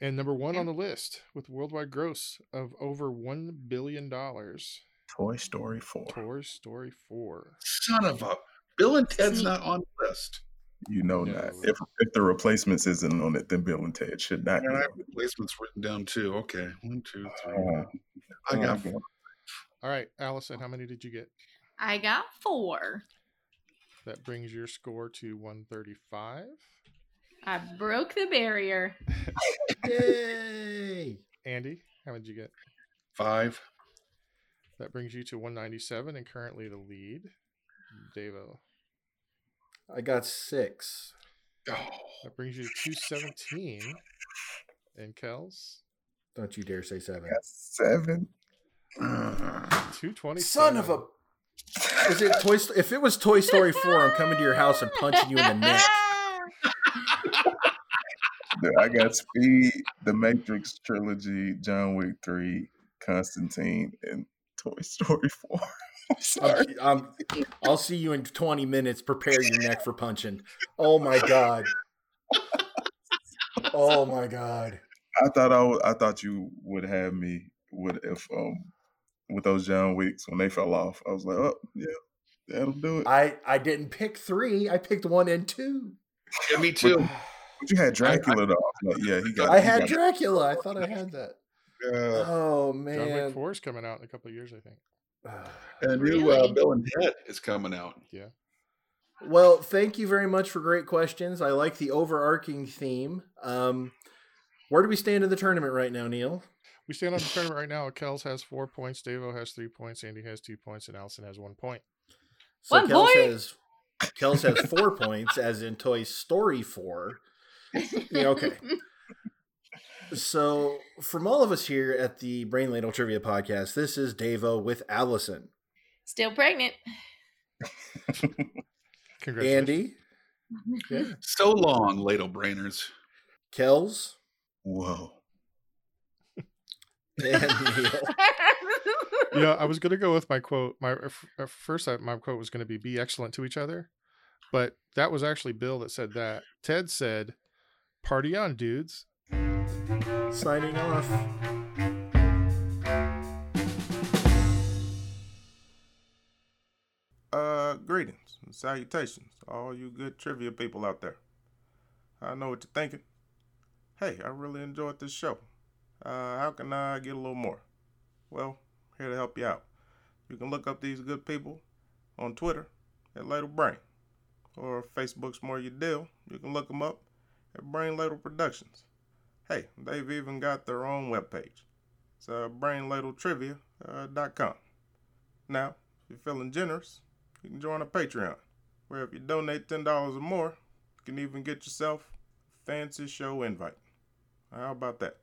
Speaker 5: and number one on the list with worldwide gross of over one billion dollars.
Speaker 3: Toy Story 4.
Speaker 5: Toy Story four.
Speaker 4: Son of a. Bill and Ted's
Speaker 9: Sneak.
Speaker 4: not on the list.
Speaker 3: You know
Speaker 5: No.
Speaker 3: not. If, if the replacements isn't on it, then Bill and Ted should not.
Speaker 4: And I
Speaker 3: Be
Speaker 4: have replacements written down too. Okay. One, two, three.
Speaker 3: on.
Speaker 4: I got
Speaker 3: Okay.
Speaker 5: All right, Allison, how many did you get?
Speaker 2: I got four.
Speaker 5: That brings your score to one thirty-five,
Speaker 9: I broke the barrier.
Speaker 1: Yay.
Speaker 5: Andy, how many did you get?
Speaker 4: five.
Speaker 5: That brings you to one ninety-seven, and currently the lead, Davo.
Speaker 1: I got six.
Speaker 5: That brings you to two seventeen, and Kels
Speaker 1: Don't you dare say seven.
Speaker 3: I got seven.
Speaker 4: Ah,
Speaker 5: two twenty.
Speaker 1: Son of a. Is it Toy? Sto- if it was Toy Story four, I'm coming to your house and punching you in the neck.
Speaker 3: Dude, I got Speed, The Matrix trilogy, John Wick 3, Constantine, and Toy Story 4. I'm sorry.
Speaker 1: I'm, I'm, um, I'll see you in 20 minutes. Prepare your neck for punching. Oh my god. Oh my god.
Speaker 3: I thought I, wa- I thought you would have me with if um with those John Wicks when they fell off. I was like, oh yeah, that'll do it.
Speaker 1: I I didn't pick three. I picked one and two.
Speaker 4: yeah, me too.
Speaker 3: But you had Dracula though. I was like, yeah, he got.
Speaker 1: I
Speaker 3: he
Speaker 1: had
Speaker 3: got-
Speaker 1: Dracula. I thought I had that.
Speaker 4: Uh,
Speaker 1: Oh
Speaker 5: John Wick
Speaker 1: man.
Speaker 5: four is coming out in a couple of years, I think.
Speaker 4: and a new uh,
Speaker 9: Really?
Speaker 4: Bill and Ted is coming out.
Speaker 1: Well, thank you very much for great questions. I like the overarching theme. Um, where do we stand in the tournament right now, Neil?
Speaker 5: We stand on the tournament right now. Kels has four points. Davo has three points. Andy has two points, and Allison has one point.
Speaker 1: So
Speaker 2: One
Speaker 1: Kels
Speaker 2: point.
Speaker 1: has Kels has four points, as in Toy Story four. Yeah, okay. So, from all of us here at the Brain Ladle Trivia Podcast, this is Davo with Allison,
Speaker 2: Still pregnant.
Speaker 5: Congratulations.
Speaker 1: Andy,
Speaker 4: So long, ladle brainers.
Speaker 1: Kells,
Speaker 3: Whoa.
Speaker 1: and Neil.
Speaker 5: you know, I was gonna go with my quote. My uh, at first, I, my quote was gonna be "Be excellent to each other," but that was actually Bill that said that. Ted said, "Party on, dudes."
Speaker 1: Signing off.
Speaker 3: Uh, greetings and salutations, to all you good trivia people out there. I know what you're thinking. Hey, I really enjoyed this show. Uh, how can I get a little more? Well, here to help you out. You can look up these good people on Twitter at Ladle Brain, or Facebook's More Your Deal. You can look them up at Brain Ladle Productions. Hey, they've even got their own webpage. It's uh, brainladletrivia.com. Now, if you're feeling generous, you can join a Patreon, where if you donate $10 or more, you can even get yourself a fancy show invite. How about that?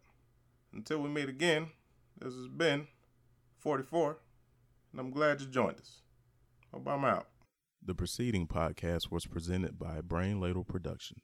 Speaker 3: Until we meet again, this has been 44, and I'm glad you joined us. Hope I'm out.
Speaker 11: The preceding podcast was presented by Brain Ladle Productions,